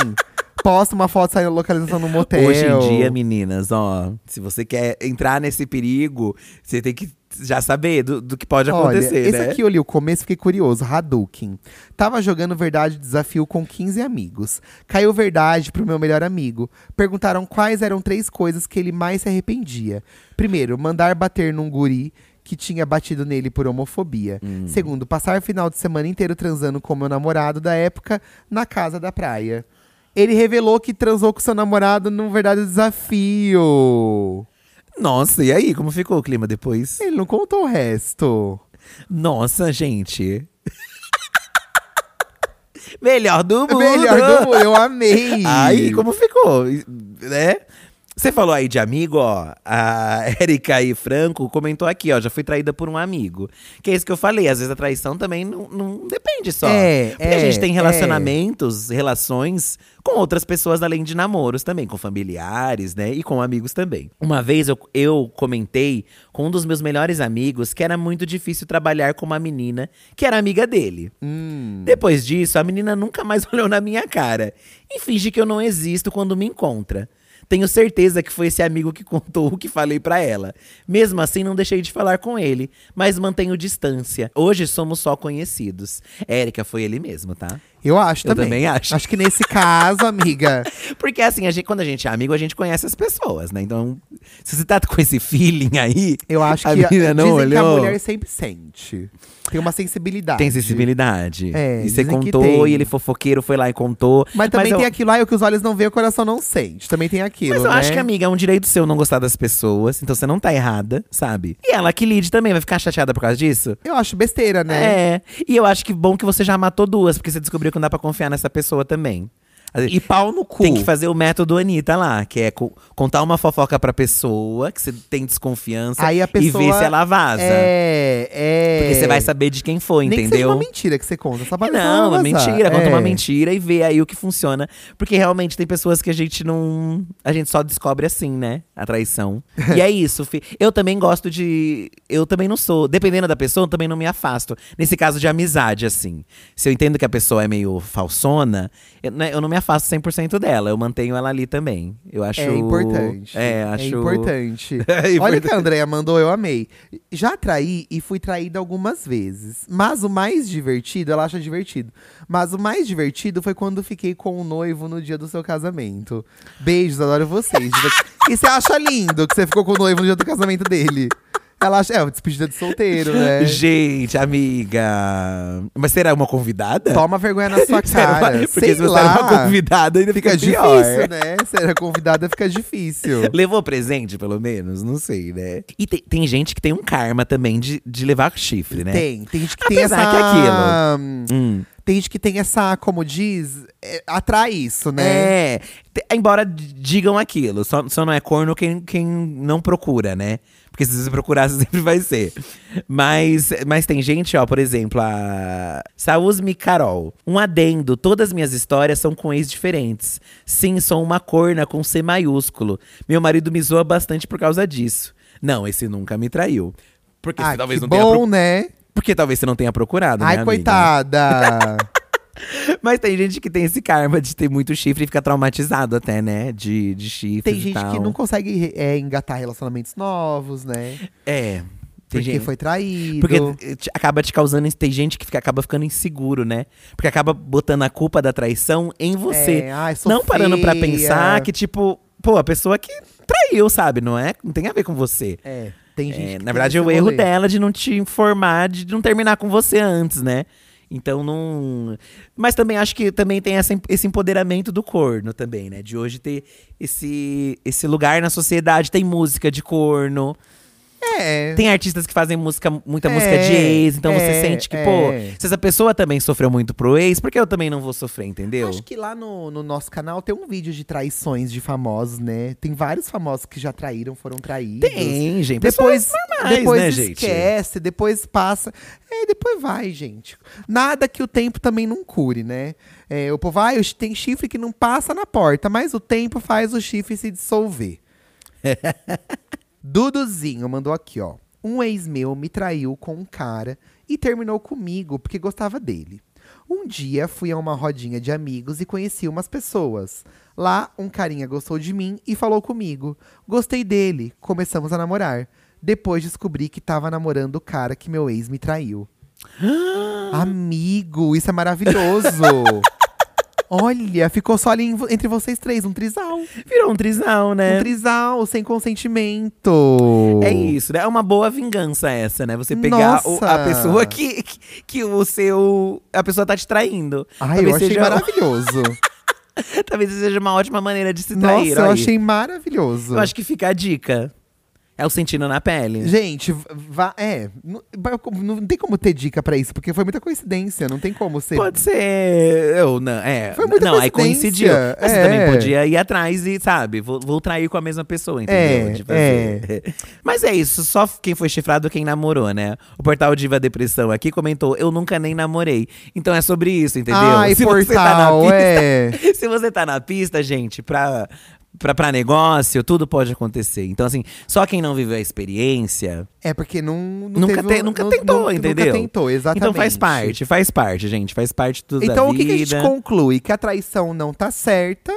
Speaker 1: Posta uma foto e sai localização no motel.
Speaker 2: Hoje em dia, meninas, ó, se você quer entrar nesse perigo, você tem que já saber do, do que pode acontecer,
Speaker 1: esse
Speaker 2: né?
Speaker 1: aqui eu li o começo, fiquei curioso. Hadouken. Tava jogando Verdade Desafio com 15 amigos. Caiu Verdade pro meu melhor amigo. Perguntaram quais eram três coisas que ele mais se arrependia. Primeiro, mandar bater num guri que tinha batido nele por homofobia.
Speaker 2: Hum.
Speaker 1: Segundo, passar o final de semana inteiro transando com meu namorado da época na casa da praia. Ele revelou que transou com seu namorado num verdadeiro desafio.
Speaker 2: Nossa, e aí? Como ficou o clima depois?
Speaker 1: Ele não contou o resto.
Speaker 2: Nossa, gente. Melhor do mundo.
Speaker 1: É Melhor do mundo, eu amei.
Speaker 2: Aí, como ficou? Né? Você falou aí de amigo, ó. A Erika e Franco comentou aqui, ó. Já fui traída por um amigo. Que é isso que eu falei. Às vezes a traição também não, não depende só.
Speaker 1: É,
Speaker 2: Porque
Speaker 1: é,
Speaker 2: a gente tem
Speaker 1: é.
Speaker 2: relacionamentos, relações com outras pessoas além de namoros também. Com familiares, né? E com amigos também. Uma vez eu, eu comentei com um dos meus melhores amigos que era muito difícil trabalhar com uma menina que era amiga dele.
Speaker 1: Hum.
Speaker 2: Depois disso, a menina nunca mais olhou na minha cara e finge que eu não existo quando me encontra. Tenho certeza que foi esse amigo que contou o que falei pra ela. Mesmo assim, não deixei de falar com ele, mas mantenho distância. Hoje somos só conhecidos. Érica foi ele mesmo, tá?
Speaker 1: Eu acho
Speaker 2: Eu
Speaker 1: também.
Speaker 2: também acho.
Speaker 1: Acho que nesse caso, amiga.
Speaker 2: Porque assim, a gente- quando a gente é amigo, a gente conhece as pessoas, né? Então, se você tá com esse feeling aí,
Speaker 1: Eu acho que.
Speaker 2: a menina não
Speaker 1: dizem que a
Speaker 2: olhou.
Speaker 1: mulher sempre sente. Tem uma sensibilidade.
Speaker 2: tem sensibilidade.
Speaker 1: É,
Speaker 2: e
Speaker 1: dizem
Speaker 2: você
Speaker 1: que
Speaker 2: contou,
Speaker 1: tem.
Speaker 2: e ele fofoqueiro foi lá e contou.
Speaker 1: Mas também
Speaker 2: eu-
Speaker 1: tem aquilo lá, é o que os olhos não veem, o coração não sente. Também tem aquilo.
Speaker 2: Mas eu
Speaker 1: né?
Speaker 2: acho que, amiga, é um direito seu não gostar das pessoas. Então você não tá errada, sabe? E ela que lide também, vai ficar chateada por causa disso?
Speaker 1: Eu acho besteira, né?
Speaker 2: É. E eu acho que bom que você já matou duas, porque você descobriu que não dá pra confiar nessa pessoa também. Às vezes,
Speaker 1: E pau no cu.
Speaker 2: Tem que fazer o método Anitta lá, que é co- contar uma fofoca pra pessoa, que você tem desconfiança,
Speaker 1: Aí a pessoa
Speaker 2: e ver se ela vaza.
Speaker 1: É, é.
Speaker 2: Porque você vai saber de quem foi,
Speaker 1: Nem que seja
Speaker 2: entendeu?
Speaker 1: uma mentira que você conta, só pra só
Speaker 2: Não, é
Speaker 1: vazar.
Speaker 2: mentira. Conta
Speaker 1: É.
Speaker 2: uma mentira e vê aí o que funciona. Porque realmente tem pessoas que a gente não. A gente só descobre assim, né? A traição. e é isso. fi- Eu também gosto de. Eu também não sou. Dependendo da pessoa, eu também não me afasto. Nesse caso de amizade, assim. Se eu entendo que a pessoa é meio falsona, eu, né, eu não me afasto 100% dela. Eu mantenho ela ali também. Eu acho.
Speaker 1: É importante.
Speaker 2: É, acho.
Speaker 1: É importante.
Speaker 2: É
Speaker 1: Olha o
Speaker 2: importante.
Speaker 1: que a Andrea mandou, eu amei. Já traí e fui traída algumas vezes. Mas o mais divertido, ela acha divertido. Mas o mais divertido foi quando fiquei com o noivo no dia do seu casamento. Beijos, adoro vocês. e você acha lindo que você ficou com o noivo no dia do casamento dele? Ela acha. É, despedida de solteiro, né?
Speaker 2: Gente, amiga. Mas será uma convidada?
Speaker 1: Toma vergonha na sua
Speaker 2: Será uma-
Speaker 1: cara.
Speaker 2: Porque
Speaker 1: Sei
Speaker 2: se você
Speaker 1: lá.
Speaker 2: era uma convidada, ainda fica,
Speaker 1: Fica
Speaker 2: pior.
Speaker 1: difícil, né? Ser a convidada fica difícil.
Speaker 2: Levou presente, pelo menos? Não sei, né? E tem, tem gente que tem um karma também de, de levar chifre, né?
Speaker 1: Tem, tem gente que tem
Speaker 2: Apesar
Speaker 1: essa…
Speaker 2: que é Hum.
Speaker 1: Tem gente que tem essa, como diz, é, atrai isso, né?
Speaker 2: É. te- Embora d- digam aquilo, só, só não é corno quem, quem não procura, né? Porque se você procurar, você sempre vai ser. Mas, mas tem gente, ó, por exemplo, a Saúsmi Carol. Um adendo, todas minhas histórias são com ex diferentes. Sim, sou uma corna com C maiúsculo. Meu marido me zoa bastante por causa disso. Não, esse nunca me traiu. Porque
Speaker 1: ah,
Speaker 2: você talvez
Speaker 1: que
Speaker 2: não tenha
Speaker 1: bom, né?
Speaker 2: Porque talvez você não tenha procurado, né,
Speaker 1: Ai,
Speaker 2: Ah, amiga?
Speaker 1: coitada.
Speaker 2: Mas tem gente que tem esse karma de ter muito chifre e fica traumatizado até, né? De, de chifre
Speaker 1: tem
Speaker 2: e
Speaker 1: gente
Speaker 2: tal.
Speaker 1: que não consegue é, engatar relacionamentos novos, né?
Speaker 2: É. Tem
Speaker 1: porque
Speaker 2: gente...
Speaker 1: foi traído.
Speaker 2: Porque eh, te- acaba te causando… Tem gente que fica- acaba ficando inseguro, né? Porque acaba botando a culpa da traição em você.
Speaker 1: É, ai, sou
Speaker 2: não parando pra
Speaker 1: feia.
Speaker 2: pensar que, tipo… Pô, a pessoa que traiu, sabe? Não é? Não tem a ver com você.
Speaker 1: É, tem gente
Speaker 2: É,
Speaker 1: que
Speaker 2: na
Speaker 1: tem
Speaker 2: verdade,
Speaker 1: esse
Speaker 2: é o erro
Speaker 1: rolê.
Speaker 2: dela de não te informar, de não terminar com você antes, né? Então não. Mas também acho que também tem essa, em- esse empoderamento do corno também, né? De hoje ter esse, esse lugar na sociedade. Tem música de corno.
Speaker 1: É,
Speaker 2: Tem artistas que fazem música, muita
Speaker 1: É,
Speaker 2: música de ex. Então
Speaker 1: é,
Speaker 2: você sente que, pô,
Speaker 1: é.
Speaker 2: se essa pessoa também sofreu muito pro ex, por que eu também não vou sofrer, entendeu?
Speaker 1: acho que lá no, no nosso canal tem um vídeo de traições de famosos, né? Tem vários famosos que já traíram, foram traídos.
Speaker 2: Tem, gente.
Speaker 1: Depois,
Speaker 2: Pessoas normais,
Speaker 1: depois
Speaker 2: né, gente?
Speaker 1: esquece, depois passa. É, depois vai, gente. Nada que o tempo também não cure, né? É, o povo, ah, eu- tem chifre que não passa na porta, mas o tempo faz o chifre se dissolver. Duduzinho mandou aqui, ó. Um ex meu me traiu com um cara e terminou comigo porque gostava dele. Um dia fui a uma rodinha de amigos e conheci umas pessoas. Lá, um carinha gostou de mim e falou comigo. Gostei dele, começamos a namorar. Depois descobri que tava namorando o cara que meu ex me traiu. Amigo, isso é maravilhoso! Olha, ficou só ali em vo- entre vocês três, um trisal.
Speaker 2: Virou um trisal, né?
Speaker 1: Um trisal sem consentimento.
Speaker 2: É isso, né? É uma boa vingança essa, né? Você pegar o-
Speaker 1: Nossa!
Speaker 2: a pessoa que, que, que o seu. A pessoa tá te traindo.
Speaker 1: Ai,
Speaker 2: Talvez
Speaker 1: eu achei
Speaker 2: seja- um
Speaker 1: maravilhoso.
Speaker 2: Talvez seja uma ótima maneira de se
Speaker 1: Nossa,
Speaker 2: trair.
Speaker 1: eu
Speaker 2: olha aí.
Speaker 1: achei maravilhoso.
Speaker 2: Eu acho que fica a dica. É o sentindo na pele.
Speaker 1: Gente, vá, é. Não, não tem como ter dica pra isso, porque foi muita coincidência. Não tem como ser.
Speaker 2: Pode ser. Eu, não, é.
Speaker 1: Foi muita
Speaker 2: não, aí
Speaker 1: coincidência,
Speaker 2: coincidiu. Mas
Speaker 1: é.
Speaker 2: você também podia ir atrás e, sabe, vou, vou trair com a mesma pessoa, entendeu?
Speaker 1: É,
Speaker 2: De fazer. Mas é isso, só quem foi chifrado quem namorou, né? O portal Diva Depressão aqui comentou: Eu nunca nem namorei. Então é sobre isso, entendeu?
Speaker 1: Ai,
Speaker 2: Se você tá na
Speaker 1: portal,
Speaker 2: pista-
Speaker 1: é.
Speaker 2: se você tá na pista, gente, pra, pra, pra negócio, tudo pode acontecer. Então, assim, só quem não viveu a experiência
Speaker 1: É porque não, não
Speaker 2: nunca,
Speaker 1: teve,
Speaker 2: te-
Speaker 1: um-
Speaker 2: nunca
Speaker 1: não-
Speaker 2: tentou,
Speaker 1: nunca-
Speaker 2: entendeu?
Speaker 1: Nunca tentou, exatamente.
Speaker 2: Então faz parte, faz parte, gente. Faz parte tudo da
Speaker 1: Então o que, que a
Speaker 2: vida.
Speaker 1: gente conclui? Que a traição não tá certa,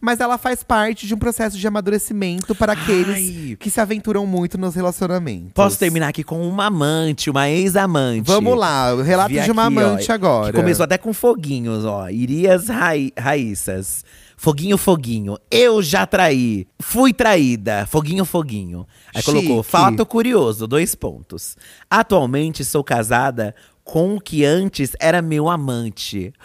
Speaker 1: mas ela faz parte de um processo de amadurecimento para aqueles
Speaker 2: Ai.
Speaker 1: que se aventuram muito nos relacionamentos.
Speaker 2: Posso terminar aqui com uma amante, uma ex-amante.
Speaker 1: Vamos lá, o relato
Speaker 2: Vi
Speaker 1: de uma
Speaker 2: aqui, ó,
Speaker 1: amante agora.
Speaker 2: Que começou até com foguinhos, ó. Irias Rai Raíssas. Foguinho, foguinho. Eu já traí. Fui traída. Foguinho, foguinho. Aí colocou:
Speaker 1: Chique.
Speaker 2: fato curioso, dois pontos. Atualmente sou casada com o que antes era meu amante.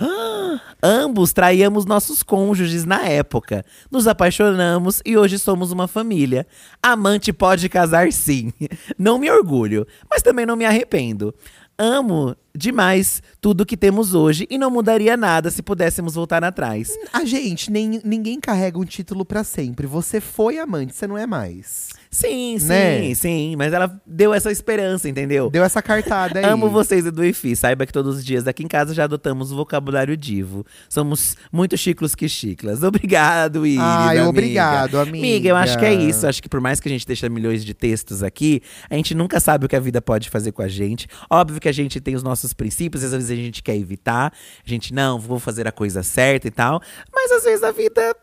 Speaker 2: Ah! Ambos traíamos nossos cônjuges na época. Nos apaixonamos e hoje somos uma família. Amante pode casar sim. Não me orgulho, mas também não me arrependo. Amo demais tudo que temos hoje e não mudaria nada se pudéssemos voltar atrás.
Speaker 1: A gente, nem, ninguém carrega um título pra sempre. Você foi amante, você não é mais.
Speaker 2: Sim, sim,
Speaker 1: Né?
Speaker 2: sim. Mas ela deu essa esperança, entendeu?
Speaker 1: Deu essa cartada aí.
Speaker 2: Amo vocês, Edu e Fi. Saiba que todos os dias aqui em casa já adotamos o vocabulário divo. Somos muito chiclos que chiclas. Obrigado, Iris.
Speaker 1: Ai,
Speaker 2: amiga.
Speaker 1: obrigado, amiga.
Speaker 2: Amiga, eu acho que é isso. Acho que por mais que a gente deixe milhões de textos aqui, a gente nunca sabe o que a vida pode fazer com a gente. Óbvio que a gente tem os nossos princípios, às vezes a gente quer evitar. A gente, não, vou fazer a coisa certa e tal. Mas às vezes a vida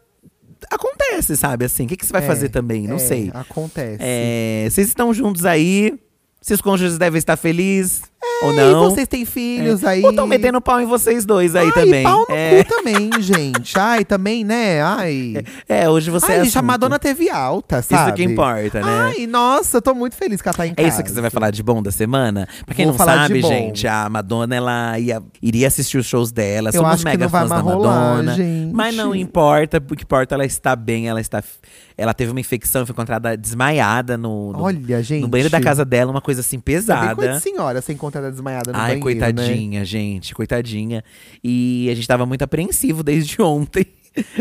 Speaker 2: acontece, sabe? Assim, o que, que você vai
Speaker 1: É,
Speaker 2: fazer também? Não
Speaker 1: É,
Speaker 2: sei.
Speaker 1: Acontece.
Speaker 2: É, vocês estão juntos aí. Seus cônjuges devem estar felizes ou
Speaker 1: É, E
Speaker 2: não.
Speaker 1: vocês têm filhos
Speaker 2: É.
Speaker 1: aí.
Speaker 2: Ou estão metendo pau em vocês dois aí
Speaker 1: Ai,
Speaker 2: também.
Speaker 1: pau no
Speaker 2: é,
Speaker 1: cu também, gente. Ai, também, né? Ai.
Speaker 2: é, hoje você
Speaker 1: Ai,
Speaker 2: é
Speaker 1: gente, a
Speaker 2: assunto.
Speaker 1: Madonna teve alta,
Speaker 2: Isso
Speaker 1: sabe?
Speaker 2: que importa, né?
Speaker 1: Ai, nossa, eu tô muito feliz que ela tá em
Speaker 2: É
Speaker 1: casa.
Speaker 2: isso que você vai falar de bom da semana? Pra quem
Speaker 1: Vou
Speaker 2: não
Speaker 1: falar de
Speaker 2: sabe,
Speaker 1: bom.
Speaker 2: gente, a Madonna, ela ia- iria assistir os shows dela.
Speaker 1: Eu
Speaker 2: Somos
Speaker 1: acho que
Speaker 2: mega
Speaker 1: não vai
Speaker 2: fãs da
Speaker 1: mais rolar,
Speaker 2: Madonna.
Speaker 1: gente.
Speaker 2: Mas não importa, o que importa, ela está bem, ela está… Ela teve uma infecção, foi encontrada desmaiada no… no-
Speaker 1: Olha, gente.
Speaker 2: No banheiro da casa dela, uma coisa assim
Speaker 1: Tem coisa
Speaker 2: pesada.
Speaker 1: de senhora sem contar da desmaiada no
Speaker 2: Ai,
Speaker 1: banheiro, né?
Speaker 2: coitadinha, gente, coitadinha. E a gente tava muito apreensivo desde ontem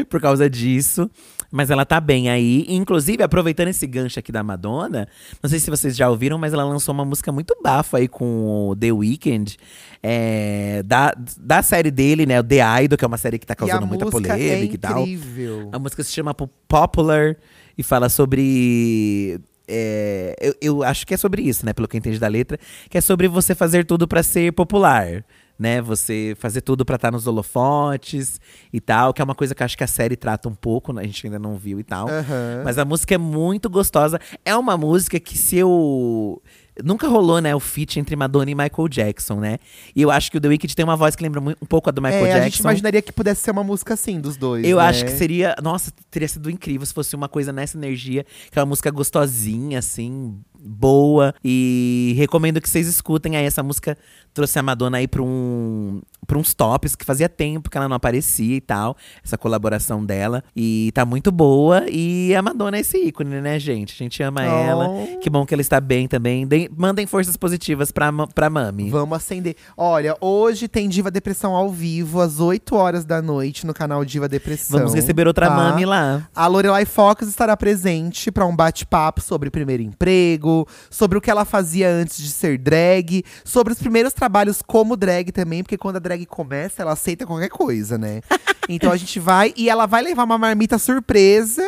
Speaker 2: por causa disso. Mas ela tá bem aí. E, Inclusive, aproveitando esse gancho aqui da Madonna, não sei se vocês já ouviram, mas ela lançou uma música muito bafa aí com o The Weeknd. é, da, da série dele, né? O The Idol, que é uma série que tá
Speaker 1: E a
Speaker 2: causando muita
Speaker 1: música é
Speaker 2: polêmica e tal.
Speaker 1: incrível.
Speaker 2: A música se chama Po- Popular e fala sobre. é, eu, eu acho que é sobre isso, né? Pelo que eu entendi da letra, que é sobre você fazer tudo pra ser popular, né? Você fazer tudo pra estar nos holofotes e tal, que é uma coisa que eu acho que a série trata um pouco, né, a gente ainda não viu e tal.
Speaker 1: Aham.
Speaker 2: Mas a música é muito gostosa. É uma música que se eu. Nunca rolou, né, o feat entre Madonna e Michael Jackson, né? E eu acho que o The Wicked tem uma voz que lembra mu- um pouco a do Michael
Speaker 1: é,
Speaker 2: Jackson.
Speaker 1: a gente imaginaria que pudesse ser uma música assim dos dois.
Speaker 2: Eu
Speaker 1: né?
Speaker 2: acho que seria. Nossa, teria sido incrível se fosse uma coisa nessa energia, que é uma música gostosinha, assim, boa. E recomendo que vocês escutem. Aí essa música trouxe a Madonna aí pra, um, pra uns tops, que fazia tempo que ela não aparecia e tal. Essa colaboração dela. E tá muito boa. E a Madonna é esse ícone, né, gente? A gente ama
Speaker 1: Oh.
Speaker 2: ela. Que bom que ela está bem também. Deem- mandem forças positivas pra, ma- pra Mami.
Speaker 1: Vamos acender. Olha, hoje tem Diva Depressão ao vivo, às 8 horas da noite, no canal Diva Depressão.
Speaker 2: Vamos receber outra
Speaker 1: tá?
Speaker 2: Mami lá.
Speaker 1: A Lorelai Fox estará presente para um bate-papo sobre primeiro emprego, sobre o que ela fazia antes de ser drag, sobre os primeiros trabalhos como drag também, porque quando a drag começa, ela aceita qualquer coisa, né? então a gente vai e ela vai levar uma marmita surpresa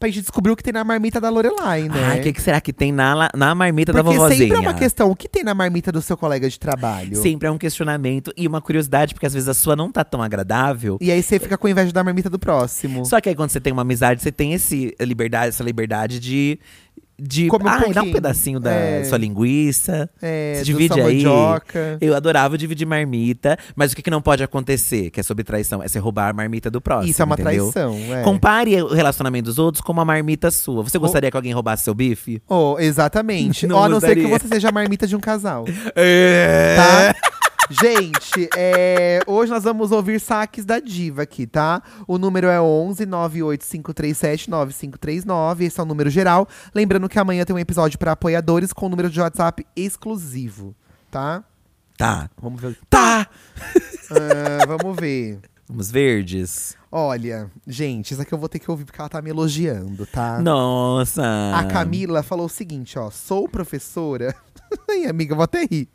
Speaker 1: pra gente descobrir o que tem na marmita da Lorelai, né?
Speaker 2: Ai, o que, que será que tem na, la- na marmita da
Speaker 1: porque
Speaker 2: vovozinha?
Speaker 1: sempre é uma questão, o que tem na marmita do seu colega de trabalho?
Speaker 2: Sempre é um questionamento e uma curiosidade, porque às vezes a sua não tá tão agradável.
Speaker 1: E aí você fica com inveja da marmita do próximo.
Speaker 2: Só que aí quando você tem uma amizade, você tem esse liberdade, essa liberdade de. de
Speaker 1: Come um
Speaker 2: ah, dá um
Speaker 1: pouquinho.
Speaker 2: pedacinho da
Speaker 1: É.
Speaker 2: sua linguiça.
Speaker 1: É,
Speaker 2: se
Speaker 1: do
Speaker 2: divide
Speaker 1: sua
Speaker 2: aí.
Speaker 1: mandioca.
Speaker 2: Eu adorava dividir marmita, mas o que, que não pode acontecer, que é sobre traição, é você roubar a marmita do próximo.
Speaker 1: Isso é uma
Speaker 2: entendeu?
Speaker 1: traição, é.
Speaker 2: Compare o relacionamento dos outros com uma marmita sua. Você gostaria que alguém roubasse seu bife?
Speaker 1: Oh, exatamente.
Speaker 2: Não
Speaker 1: Ó, a não ser que
Speaker 2: usaria.
Speaker 1: Tá. você seja a marmita de um casal.
Speaker 2: É.
Speaker 1: tá? Gente, é, hoje nós vamos ouvir saques da diva aqui, tá? O número é 11 98537 9539. Esse é o número geral. Lembrando que amanhã tem um episódio para apoiadores com número de WhatsApp exclusivo, tá?
Speaker 2: Tá.
Speaker 1: Vamos ver.
Speaker 2: Tá!
Speaker 1: Ah, vamos ver.
Speaker 2: Vamos verdes.
Speaker 1: Olha, gente, isso aqui eu vou ter que ouvir porque ela tá me elogiando, tá?
Speaker 2: Nossa!
Speaker 1: A Camila falou o seguinte, ó. Sou professora. Ai, amiga, eu vou até rir.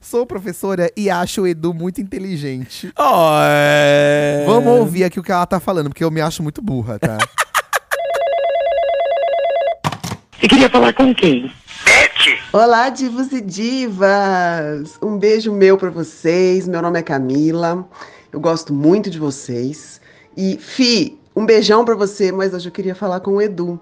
Speaker 1: Sou professora e acho o Edu muito inteligente.
Speaker 2: Ó, é...
Speaker 1: Vamos ouvir aqui o que ela tá falando, porque eu me acho muito burra, tá?
Speaker 3: Você queria falar com quem?
Speaker 4: Olá, divos e divas! Um beijo meu para vocês. Meu nome é Camila. Eu gosto muito de vocês. E Fi, um beijão para você, mas hoje eu queria falar com o Edu.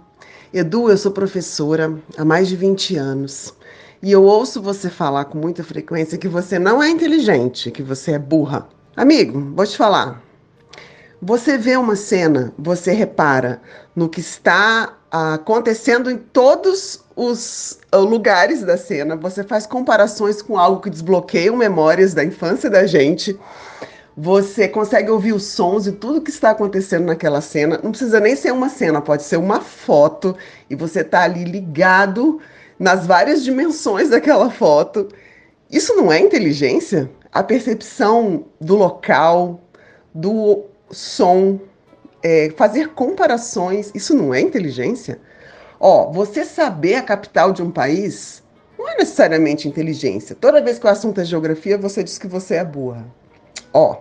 Speaker 4: Edu, eu sou professora há mais de 20 anos. E eu ouço você falar com muita frequência que você não é inteligente, que você é burra. Amigo, vou te falar. Você vê uma cena, você repara no que está ah, acontecendo em todos os ah, lugares da cena, você faz comparações com algo que desbloqueia memórias da infância da gente. Você consegue ouvir os sons e tudo que está acontecendo naquela cena. Não precisa nem ser uma cena, pode ser uma foto e você está ali ligado nas várias dimensões daquela foto. Isso não é inteligência? A percepção do local, do som, é, fazer comparações, isso não é inteligência? Ó, você saber a capital de um país não é necessariamente inteligência. Toda vez que o assunto é geografia, você diz que você é burra. Ó,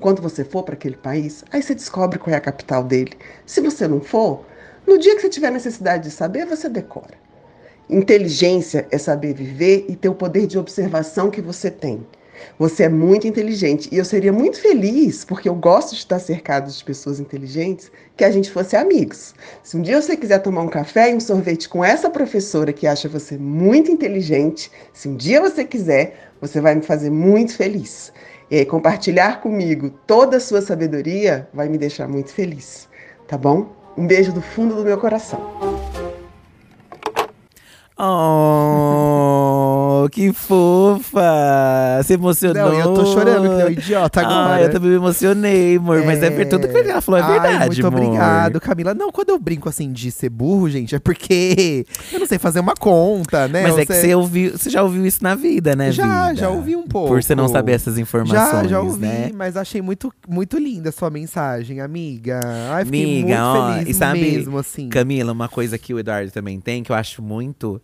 Speaker 4: quando você for para aquele país, aí você descobre qual é a capital dele. Se você não for, no dia que você tiver necessidade de saber, você decora. Inteligência é saber viver e ter o poder de observação que você tem. Você é muito inteligente e eu seria muito feliz, porque eu gosto de estar cercado de pessoas inteligentes, que a gente fosse amigos. Se um dia você quiser tomar um café e um sorvete com essa professora que acha você muito inteligente, se um dia você quiser, você vai me fazer muito feliz. E aí, compartilhar comigo toda a sua sabedoria vai me deixar muito feliz, tá bom? Um beijo do fundo do meu coração.
Speaker 2: Oh, que fofa! Se emocionou.
Speaker 1: Não, eu tô chorando, que eu idiota agora.
Speaker 2: Ah, eu também me emocionei, amor. Mas é ver- tudo que ela falou é
Speaker 1: Ai,
Speaker 2: verdade,
Speaker 1: Muito
Speaker 2: amor.
Speaker 1: obrigado, Camila. Não, quando eu brinco assim de ser burro, gente, é porque eu não sei fazer uma conta, né?
Speaker 2: Mas
Speaker 1: Eu
Speaker 2: é que
Speaker 1: sei-
Speaker 2: você, ouviu, você já ouviu isso na vida, né,
Speaker 1: Já,
Speaker 2: vida?
Speaker 1: já ouvi um pouco.
Speaker 2: Por você não saber essas informações,
Speaker 1: Já, já ouvi,
Speaker 2: né?
Speaker 1: mas achei muito, muito linda a sua mensagem, amiga. Ai, fiquei
Speaker 2: Amiga,
Speaker 1: muito
Speaker 2: ó,
Speaker 1: feliz
Speaker 2: e sabe,
Speaker 1: mesmo, assim.
Speaker 2: Camila, uma coisa que o Eduardo também tem, que eu acho muito.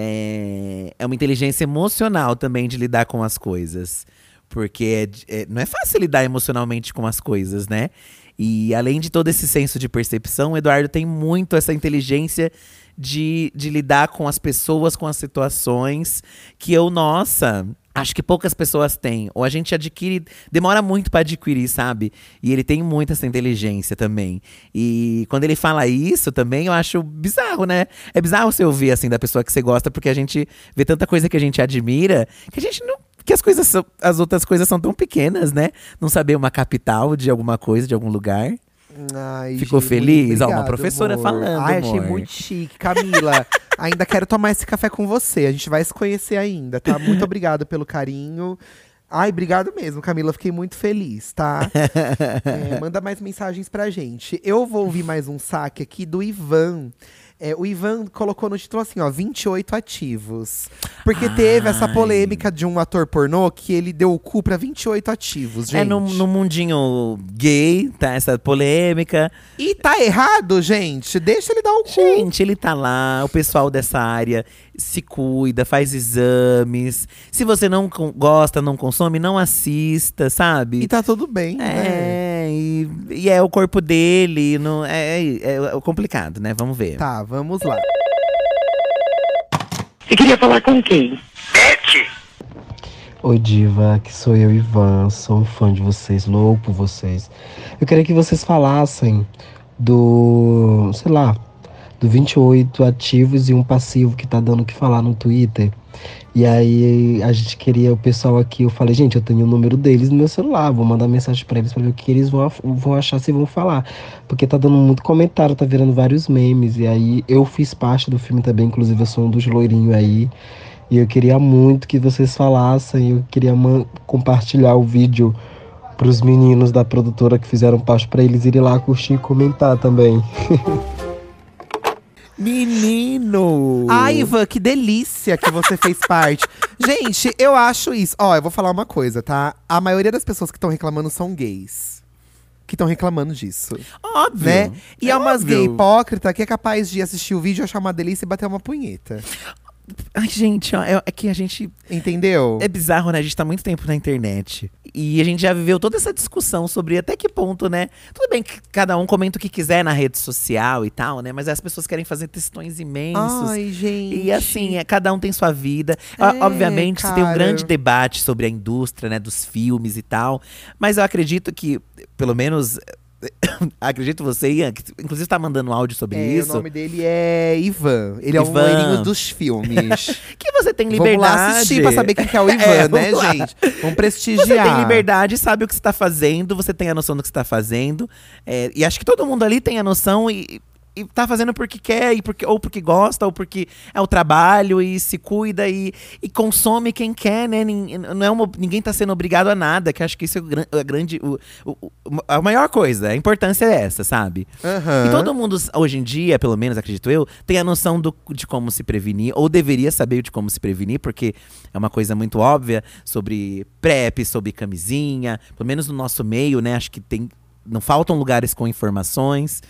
Speaker 2: É, é uma inteligência emocional também de lidar com as coisas. Porque é de- é- não é fácil lidar emocionalmente com as coisas, né? E além de todo esse senso de percepção, o Eduardo tem muito essa inteligência de, de lidar com as pessoas, com as situações, que eu, nossa, acho que poucas pessoas têm. Ou a gente adquire, demora muito pra adquirir, sabe? E ele tem muito essa inteligência também. E quando ele fala isso também, eu acho bizarro, né? É bizarro você ouvir assim da pessoa que você gosta, porque a gente vê tanta coisa que a gente admira, que a gente não que as coisas são, as outras coisas são tão pequenas, né? Não saber uma capital de alguma coisa, de algum lugar.
Speaker 1: Ai,
Speaker 2: Ficou
Speaker 1: gente,
Speaker 2: feliz?
Speaker 1: muito
Speaker 2: Ó, uma
Speaker 1: obrigado,
Speaker 2: professora
Speaker 1: amor.
Speaker 2: falando,
Speaker 1: Ai, achei
Speaker 2: amor.
Speaker 1: muito chique. Camila, ainda quero tomar esse café com você. A gente vai se conhecer ainda, tá? Muito obrigado pelo carinho. Ai, obrigado mesmo, Camila. Fiquei muito feliz, tá? É, manda mais mensagens pra gente. Eu vou ouvir mais um saque aqui do Ivan. É, o Ivan colocou no título assim, ó, 28 ativos. Porque teve essa
Speaker 2: Ai.
Speaker 1: polêmica de um ator pornô que ele deu o cu pra 28 ativos, gente.
Speaker 2: É no, no mundinho gay, tá? Essa polêmica.
Speaker 1: E tá errado, gente. Deixa ele dar o cu.
Speaker 2: Gente, ele tá lá, o pessoal dessa área se cuida, faz exames. Se você não con- gosta, não consome, não assista, sabe?
Speaker 1: E tá tudo bem, né?
Speaker 2: É, e, e é o corpo dele, não, é, é, é complicado, né? Vamos ver.
Speaker 1: Tá, vamos lá.
Speaker 3: Você queria falar com quem?
Speaker 5: Oi Diva, que sou eu, Ivan, sou um fã de vocês, louco por vocês. Eu queria que vocês falassem do, sei lá, do 28 ativos e um passivo que tá dando o que falar no Twitter. E aí a gente queria, o pessoal aqui, eu falei, gente, eu tenho o número deles no meu celular, vou mandar mensagem pra eles pra ver o que eles vão, af- vão achar se vão falar. Porque tá dando muito comentário, tá virando vários memes. E aí eu fiz parte do filme também, inclusive eu sou um dos loirinhos aí. E eu queria muito que vocês falassem, eu queria man- compartilhar o vídeo pros meninos da produtora que fizeram parte pra eles irem lá curtir e comentar também.
Speaker 2: Menino!
Speaker 1: Ai, Ivan, que delícia que você fez parte. Gente, eu acho isso. Ó, eu vou falar uma coisa, tá? A maioria das pessoas que estão reclamando são gays. Que estão reclamando disso,
Speaker 2: óbvio!
Speaker 1: né? E é, umas
Speaker 2: óbvio.
Speaker 1: gay hipócrita que é capaz de assistir o vídeo, achar uma delícia e bater uma punheta.
Speaker 2: Ai, gente, ó, é, é que a gente.
Speaker 1: Entendeu?
Speaker 2: É bizarro, né? A gente tá muito tempo na internet. E a gente já viveu toda essa discussão sobre até que ponto, né? Tudo bem que cada um comenta o que quiser na rede social e tal, né? Mas as pessoas querem fazer textões imensos.
Speaker 1: Ai, gente.
Speaker 2: E assim, é, cada um tem sua vida. Ó,
Speaker 1: É,
Speaker 2: Obviamente, se tem um
Speaker 1: cara.
Speaker 2: grande debate sobre a indústria, né, dos filmes e tal. Mas eu acredito que, pelo menos. acredito você, Ian, que inclusive tá mandando um áudio sobre
Speaker 1: É,
Speaker 2: isso.
Speaker 1: O nome dele é Ivan. Ele é um
Speaker 2: Ivan.
Speaker 1: loirinho dos filmes.
Speaker 2: Que você tem liberdade.
Speaker 1: Vamos lá assistir pra saber quem que é o Ivan, né,
Speaker 2: É, vamos lá.
Speaker 1: gente? Vamos
Speaker 2: Você
Speaker 1: prestigiar.
Speaker 2: tem liberdade, sabe o que você tá fazendo, você tem a noção do que você tá fazendo. É, e acho que todo mundo ali tem a noção e, e tá fazendo porque quer, e porque, ou porque gosta, ou porque é o trabalho, e se cuida e, e consome quem quer, né? Nin- Não é uma- ninguém tá sendo obrigado a nada, que acho que isso é o gran- a grande. o- o- o- a maior coisa, a importância é essa, sabe?
Speaker 1: Aham.
Speaker 2: E todo mundo, hoje em dia, pelo menos acredito eu, tem a noção do- de como se prevenir, ou deveria saber de como se prevenir, porque é uma coisa muito óbvia sobre PrEP, sobre camisinha, pelo menos no nosso meio, né? Acho que tem. Não faltam lugares com informações.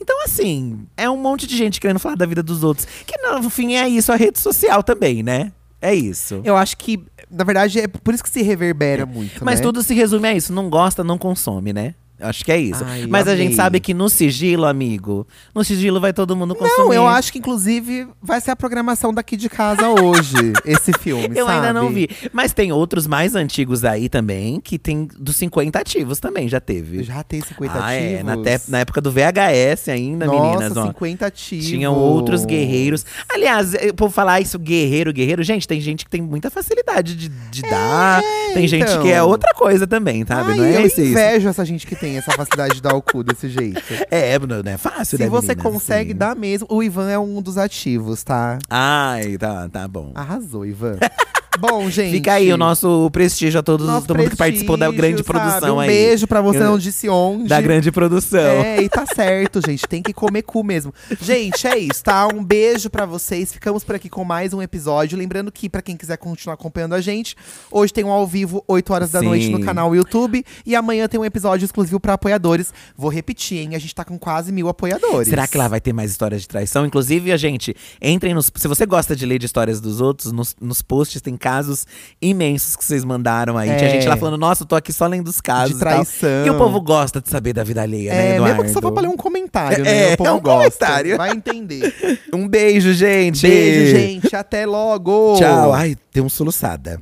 Speaker 2: Então, assim, é um monte de gente querendo falar da vida dos outros. Que, no fim, é isso, a rede social também, né? É isso.
Speaker 1: Eu acho que, na verdade, é por isso que se reverbera muito.
Speaker 2: Mas
Speaker 1: né?
Speaker 2: tudo se resume a isso. Não gosta, não consome, né? Acho que é isso.
Speaker 1: Ai,
Speaker 2: Mas a gente
Speaker 1: amei.
Speaker 2: sabe que no sigilo, amigo, no sigilo vai todo mundo consumir.
Speaker 1: Não, eu acho que, inclusive, vai ser a programação daqui de casa hoje, esse filme.
Speaker 2: Eu ainda
Speaker 1: sabe?
Speaker 2: não vi. Mas tem outros mais antigos aí também, que tem dos 50 ativos também, já teve.
Speaker 1: Eu já tem 50
Speaker 2: ah,
Speaker 1: ativos.
Speaker 2: é. Na, te- na época do VHS ainda,
Speaker 1: Nossa,
Speaker 2: meninas. Ó.
Speaker 1: 50 ativos.
Speaker 2: Tinham outros guerreiros. Aliás, eh, o povo falar isso, guerreiro, guerreiro. Gente, tem gente que tem muita facilidade de, de dar. Ah, Tem gente
Speaker 1: É, então.
Speaker 2: que é outra coisa também, sabe?
Speaker 1: Ai,
Speaker 2: Não é
Speaker 1: eu
Speaker 2: esse, isso.
Speaker 1: invejo essa gente que tem essa facilidade de dar o cu desse jeito.
Speaker 2: É, não não é fácil,
Speaker 1: Se
Speaker 2: né,
Speaker 1: você
Speaker 2: meninas?
Speaker 1: consegue
Speaker 2: Sim.
Speaker 1: dar mesmo. O Ivan é um dos ativos, tá?
Speaker 2: Ai, tá, tá bom.
Speaker 1: Arrasou, Ivan. Bom, gente.
Speaker 2: Fica aí o nosso prestígio a todos,
Speaker 1: nosso
Speaker 2: todo mundo que participou da grande
Speaker 1: prestígio, sabe?
Speaker 2: produção
Speaker 1: um
Speaker 2: aí.
Speaker 1: beijo pra você,
Speaker 2: Eu-
Speaker 1: não disse onde.
Speaker 2: Da grande produção.
Speaker 1: É, e tá certo, gente. Tem que comer cu mesmo. Gente, é isso, tá? Um beijo pra vocês. Ficamos por aqui com mais um episódio. Lembrando que, pra quem quiser continuar acompanhando a gente, hoje tem um ao vivo, 8 horas da
Speaker 2: Sim.
Speaker 1: noite, no canal YouTube. E amanhã tem um episódio exclusivo pra apoiadores. Vou repetir, hein? A gente tá com quase mil apoiadores.
Speaker 2: Será que lá vai ter mais histórias de traição? Inclusive, a gente, entrem nos. Se você gosta de ler de histórias dos outros, nos, nos posts tem casos imensos que vocês mandaram aí. Tinha
Speaker 1: É.
Speaker 2: gente lá falando, nossa, eu tô aqui só lendo os casos.
Speaker 1: De
Speaker 2: e tal."
Speaker 1: traição.
Speaker 2: E o povo gosta de saber da vida alheia, né,
Speaker 1: É,
Speaker 2: Eduardo?
Speaker 1: mesmo que só for pra ler um comentário, né?
Speaker 2: É,
Speaker 1: o povo
Speaker 2: é um
Speaker 1: gosta.
Speaker 2: comentário.
Speaker 1: Vai entender.
Speaker 2: Um beijo, gente.
Speaker 1: Beijo, gente. Até logo.
Speaker 2: Tchau. Ai, tem um soluçada.